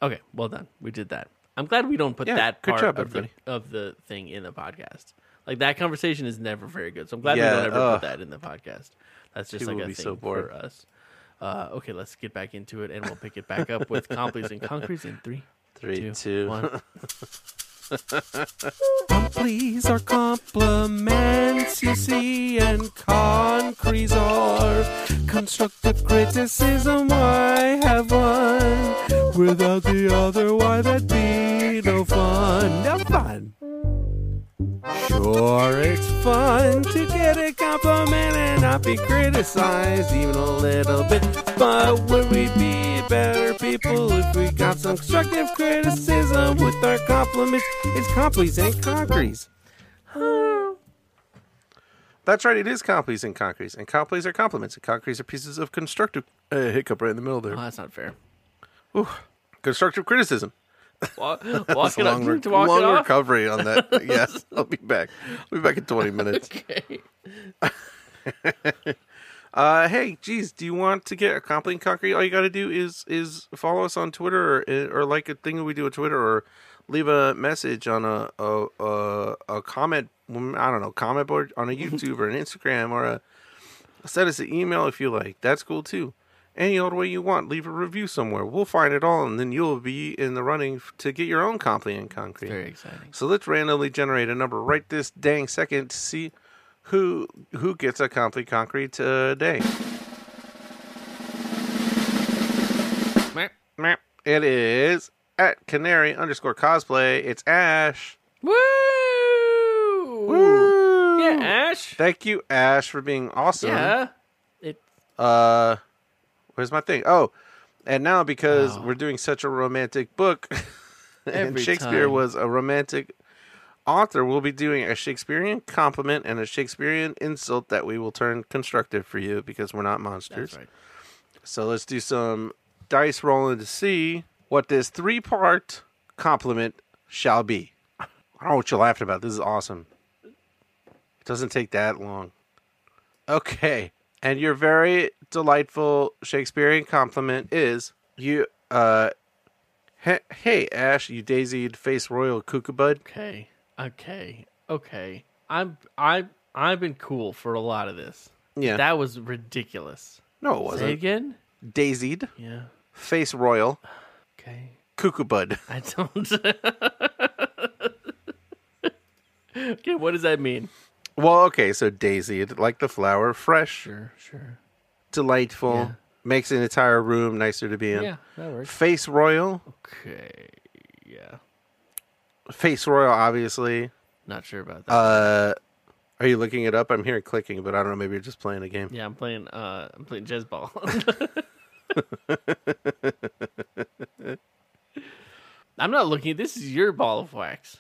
[SPEAKER 3] okay, well done. We did that. I'm glad we don't put
[SPEAKER 2] Yeah,
[SPEAKER 3] that
[SPEAKER 2] good
[SPEAKER 3] part
[SPEAKER 2] job,
[SPEAKER 3] of, the,
[SPEAKER 2] everybody.
[SPEAKER 3] of the thing in the podcast. Like that conversation is never very good. So I'm glad
[SPEAKER 2] Yeah,
[SPEAKER 3] we don't ever
[SPEAKER 2] ugh.
[SPEAKER 3] put that in the podcast. That's just
[SPEAKER 2] People
[SPEAKER 3] like
[SPEAKER 2] will
[SPEAKER 3] a
[SPEAKER 2] be
[SPEAKER 3] thing
[SPEAKER 2] so bored.
[SPEAKER 3] for us. Uh, okay, let's get back into it, and we'll pick it back up with completes and concretes in three,
[SPEAKER 2] Three,
[SPEAKER 3] two, one.
[SPEAKER 2] two.
[SPEAKER 6] Please are compliments, you see, and concretes are constructive criticism. I have one without the other. Why that'd be no fun? No fun. Sure, it's fun to get a compliment and not be criticized even a little bit. But would we be better people if we got some constructive criticism with our compliments? It's compliments and concretes.
[SPEAKER 2] That's right. It is compleys and concretes, and compleys are complements, and concretes are pieces of constructive uh, hiccup right in the middle there.
[SPEAKER 3] Oh, that's not fair.
[SPEAKER 2] constructive criticism.
[SPEAKER 3] Walk, walk it
[SPEAKER 2] long,
[SPEAKER 3] up
[SPEAKER 2] re-
[SPEAKER 3] to walk
[SPEAKER 2] long
[SPEAKER 3] it off.
[SPEAKER 2] recovery on that. yes, I'll be back. I'll be back in twenty minutes.
[SPEAKER 3] Okay.
[SPEAKER 2] Uh, hey, geez, do you want to get a complete and concrete? All you got to do is is follow us on Twitter or, or like a thing that we do on Twitter or leave a message on a a, a, a comment. mm, I don't know, comment board on a YouTube or an Instagram or a send us an email if you like. That's cool too. Any old way you want, leave a review somewhere. We'll find it all, and then you'll be in the running f- to get your own complete and concrete.
[SPEAKER 3] Very exciting.
[SPEAKER 2] So let's randomly generate a number right this dang second to see who who gets a complete concrete today.
[SPEAKER 3] Meh.
[SPEAKER 2] Meh. It is at canary underscore cosplay. It's Ash.
[SPEAKER 3] Woo!
[SPEAKER 2] Woo!
[SPEAKER 3] Yeah, Ash.
[SPEAKER 2] Thank you, Ash, for being awesome.
[SPEAKER 3] Yeah. It
[SPEAKER 2] Uh, where's my thing? Oh, and now because
[SPEAKER 3] Wow.
[SPEAKER 2] we're doing such a romantic book, and
[SPEAKER 3] Every
[SPEAKER 2] Shakespeare
[SPEAKER 3] time.
[SPEAKER 2] was a romantic author, we'll be doing a Shakespearean compliment and a Shakespearean insult that we will turn constructive for you because we're not monsters.
[SPEAKER 3] that's right.
[SPEAKER 2] So let's do some dice rolling to see what this three part compliment shall be. I don't know what you're laughing about. This is awesome. It doesn't take that long. Okay. And your very delightful Shakespearean compliment is you, uh, he- hey, Ash, you daisied face royal kookabud.
[SPEAKER 3] Okay. Okay. Okay. I'm I I've been cool for a lot of this.
[SPEAKER 2] Yeah.
[SPEAKER 3] That was ridiculous.
[SPEAKER 2] no, it
[SPEAKER 3] Say
[SPEAKER 2] wasn't.
[SPEAKER 3] again?
[SPEAKER 2] Daisied,
[SPEAKER 3] Yeah.
[SPEAKER 2] face royal,
[SPEAKER 3] Okay.
[SPEAKER 2] kookabud.
[SPEAKER 3] I don't Okay, what does that mean?
[SPEAKER 2] Well, okay, so daisied, like the flower, fresh.
[SPEAKER 3] Sure, sure.
[SPEAKER 2] delightful.
[SPEAKER 3] Yeah.
[SPEAKER 2] Makes an entire room nicer to be in.
[SPEAKER 3] Yeah, that works.
[SPEAKER 2] Face royal,
[SPEAKER 3] Okay. Yeah.
[SPEAKER 2] face royal, obviously.
[SPEAKER 3] Not sure about that.
[SPEAKER 2] Uh, are you looking it up? I'm hearing clicking, but I don't know. Maybe you're just playing a game.
[SPEAKER 3] yeah, I'm playing uh I'm playing jazz ball. I'm not looking this is your ball of wax.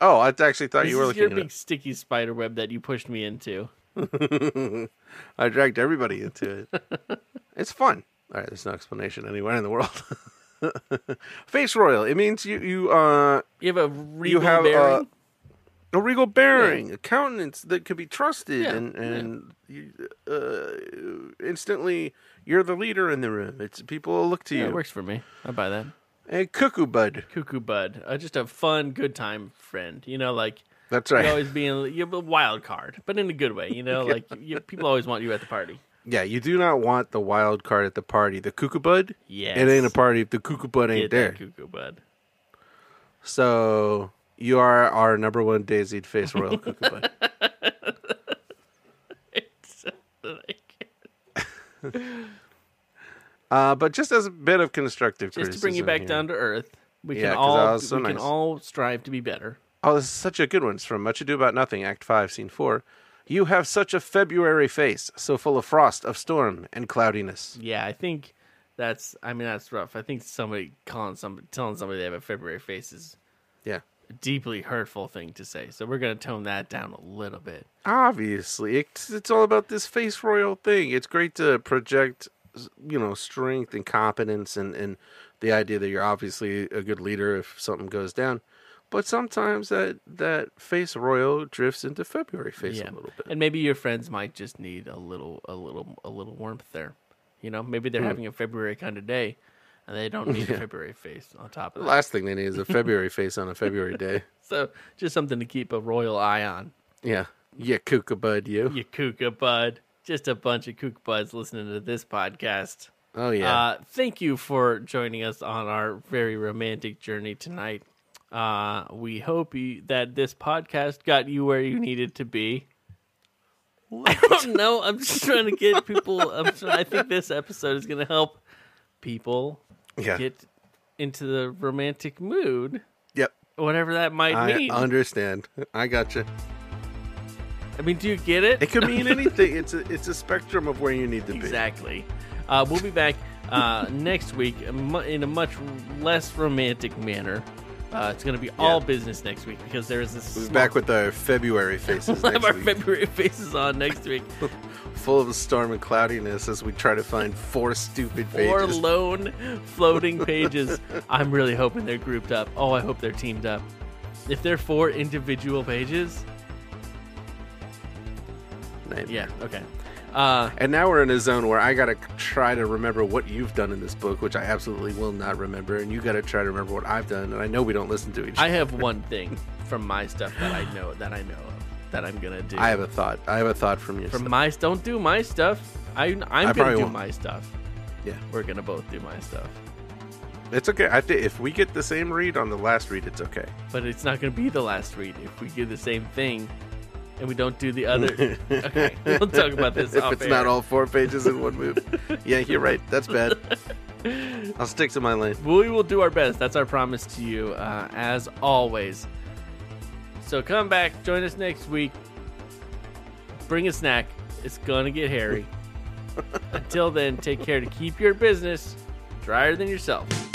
[SPEAKER 2] Oh, I actually thought
[SPEAKER 3] This
[SPEAKER 2] you were
[SPEAKER 3] is your
[SPEAKER 2] looking. It
[SPEAKER 3] big
[SPEAKER 2] up.
[SPEAKER 3] sticky spider web that you pushed me into.
[SPEAKER 2] I dragged everybody into it. it's fun. All right, there's no explanation anywhere in the world. face royal. It means you you uh
[SPEAKER 3] You have a regal
[SPEAKER 2] you have uh,
[SPEAKER 3] bearing.
[SPEAKER 2] a a regal bearing, accountants that could be trusted,
[SPEAKER 3] Yeah,
[SPEAKER 2] and
[SPEAKER 3] yeah.
[SPEAKER 2] and you, uh, instantly you're the leader in the room. It's people will look to
[SPEAKER 3] Yeah,
[SPEAKER 2] you.
[SPEAKER 3] it works for me. I buy that.
[SPEAKER 2] And cuckoo bud.
[SPEAKER 3] Cuckoo Bud, uh, just a fun, good time friend. You know, like
[SPEAKER 2] That's
[SPEAKER 3] you
[SPEAKER 2] right.
[SPEAKER 3] always being you're a wild card, but in a good way. You know, like you, people always want you at the party.
[SPEAKER 2] yeah, you do not want the wild card at the party. The cuckoo bud.
[SPEAKER 3] Yes.
[SPEAKER 2] It ain't a party if the cuckoo bud ain't
[SPEAKER 3] Get
[SPEAKER 2] there.
[SPEAKER 3] that Cuckoo Bud.
[SPEAKER 2] So you are our number one daisied face royal cuckoo bud.
[SPEAKER 3] Like,
[SPEAKER 2] Uh, but just as a bit of constructive
[SPEAKER 3] just to bring you
[SPEAKER 2] criticism
[SPEAKER 3] back
[SPEAKER 2] here.
[SPEAKER 3] down to earth, we
[SPEAKER 2] Yeah,
[SPEAKER 3] can
[SPEAKER 2] 'cause that
[SPEAKER 3] all
[SPEAKER 2] was so
[SPEAKER 3] we can
[SPEAKER 2] nice.
[SPEAKER 3] all strive to be better.
[SPEAKER 2] Oh, this is such a good one. It's from Much Ado About Nothing, Act 5, Scene 4. You have such a February face, so full of frost, of storm, and cloudiness.
[SPEAKER 3] Yeah, I think that's. I mean, that's rough. I think somebody calling somebody telling somebody they have a February face is
[SPEAKER 2] Yeah.
[SPEAKER 3] a deeply hurtful thing to say. So we're gonna tone that down a little bit.
[SPEAKER 2] Obviously, it's, it's all about this face royal thing. It's great to project, you know, strength and competence and, and the idea that you're obviously a good leader if something goes down. But sometimes that, that face royal drifts into February face a little bit.
[SPEAKER 3] And maybe your friends might just need a little, a little, a little warmth there. You know, maybe
[SPEAKER 2] Hmm.
[SPEAKER 3] they're having a February kind of day, and they don't need a February face on top of
[SPEAKER 2] The
[SPEAKER 3] that.
[SPEAKER 2] last thing they need is a February face on a February day.
[SPEAKER 3] So just something to keep a royal eye on.
[SPEAKER 2] Yeah. Yeah, kooka bud, you.
[SPEAKER 3] You kooka bud, just a bunch of kook buds listening to this podcast.
[SPEAKER 2] Oh, yeah.
[SPEAKER 3] Uh, thank you for joining us on our very romantic journey tonight. Uh, we hope you, that this podcast got you where you needed to be. I don't know. I'm just trying to get people. I'm try- I think this episode is going to help people
[SPEAKER 2] yeah.
[SPEAKER 3] get into the romantic mood,
[SPEAKER 2] Yep.
[SPEAKER 3] whatever that might
[SPEAKER 2] I
[SPEAKER 3] mean.
[SPEAKER 2] understand. I gotcha.
[SPEAKER 3] I mean, do you get it?
[SPEAKER 2] It could mean anything. It's a it's a spectrum of where you need to be.
[SPEAKER 3] Exactly. Uh, we'll be back uh, next week a mu- in a much less romantic manner. Uh, it's going to be all business next week because there is this.
[SPEAKER 2] We'll be back with our February faces
[SPEAKER 3] We'll have
[SPEAKER 2] next
[SPEAKER 3] our
[SPEAKER 2] week,
[SPEAKER 3] February faces on next week.
[SPEAKER 2] full of storm and cloudiness as we try to find four stupid
[SPEAKER 3] Four
[SPEAKER 2] pages.
[SPEAKER 3] lone floating pages. I'm really hoping they're grouped up. Oh, I hope they're teamed up. If they're four individual pages,
[SPEAKER 2] Nightmare.
[SPEAKER 3] yeah, okay. Uh,
[SPEAKER 2] And now we're in a zone where I gotta try to remember what you've done in this book, which I absolutely will not remember, and you gotta try to remember what I've done. And I know we don't listen to each.
[SPEAKER 3] I
[SPEAKER 2] other.
[SPEAKER 3] have one thing from my stuff that I know that I know of that I'm gonna do.
[SPEAKER 2] I have a thought. I have a thought from you.
[SPEAKER 3] from my don't do my stuff. I I'm gonna
[SPEAKER 2] probably
[SPEAKER 3] do
[SPEAKER 2] won't.
[SPEAKER 3] my stuff.
[SPEAKER 2] Yeah.
[SPEAKER 3] we're gonna both do my stuff,
[SPEAKER 2] it's okay. I think if we get the same read on the last read, it's okay.
[SPEAKER 3] but it's not gonna be the last read if we do the same thing, and we don't do the other. okay, we'll talk about this.
[SPEAKER 2] if
[SPEAKER 3] off
[SPEAKER 2] it's not
[SPEAKER 3] air.
[SPEAKER 2] all four pages in one move. yeah, you're right. That's bad. I'll stick to my lane.
[SPEAKER 3] we will do our best. That's our promise to you, uh, as always. So come back, join us next week. Bring a snack. It's gonna get hairy. Until then, take care to keep your business drier than yourself.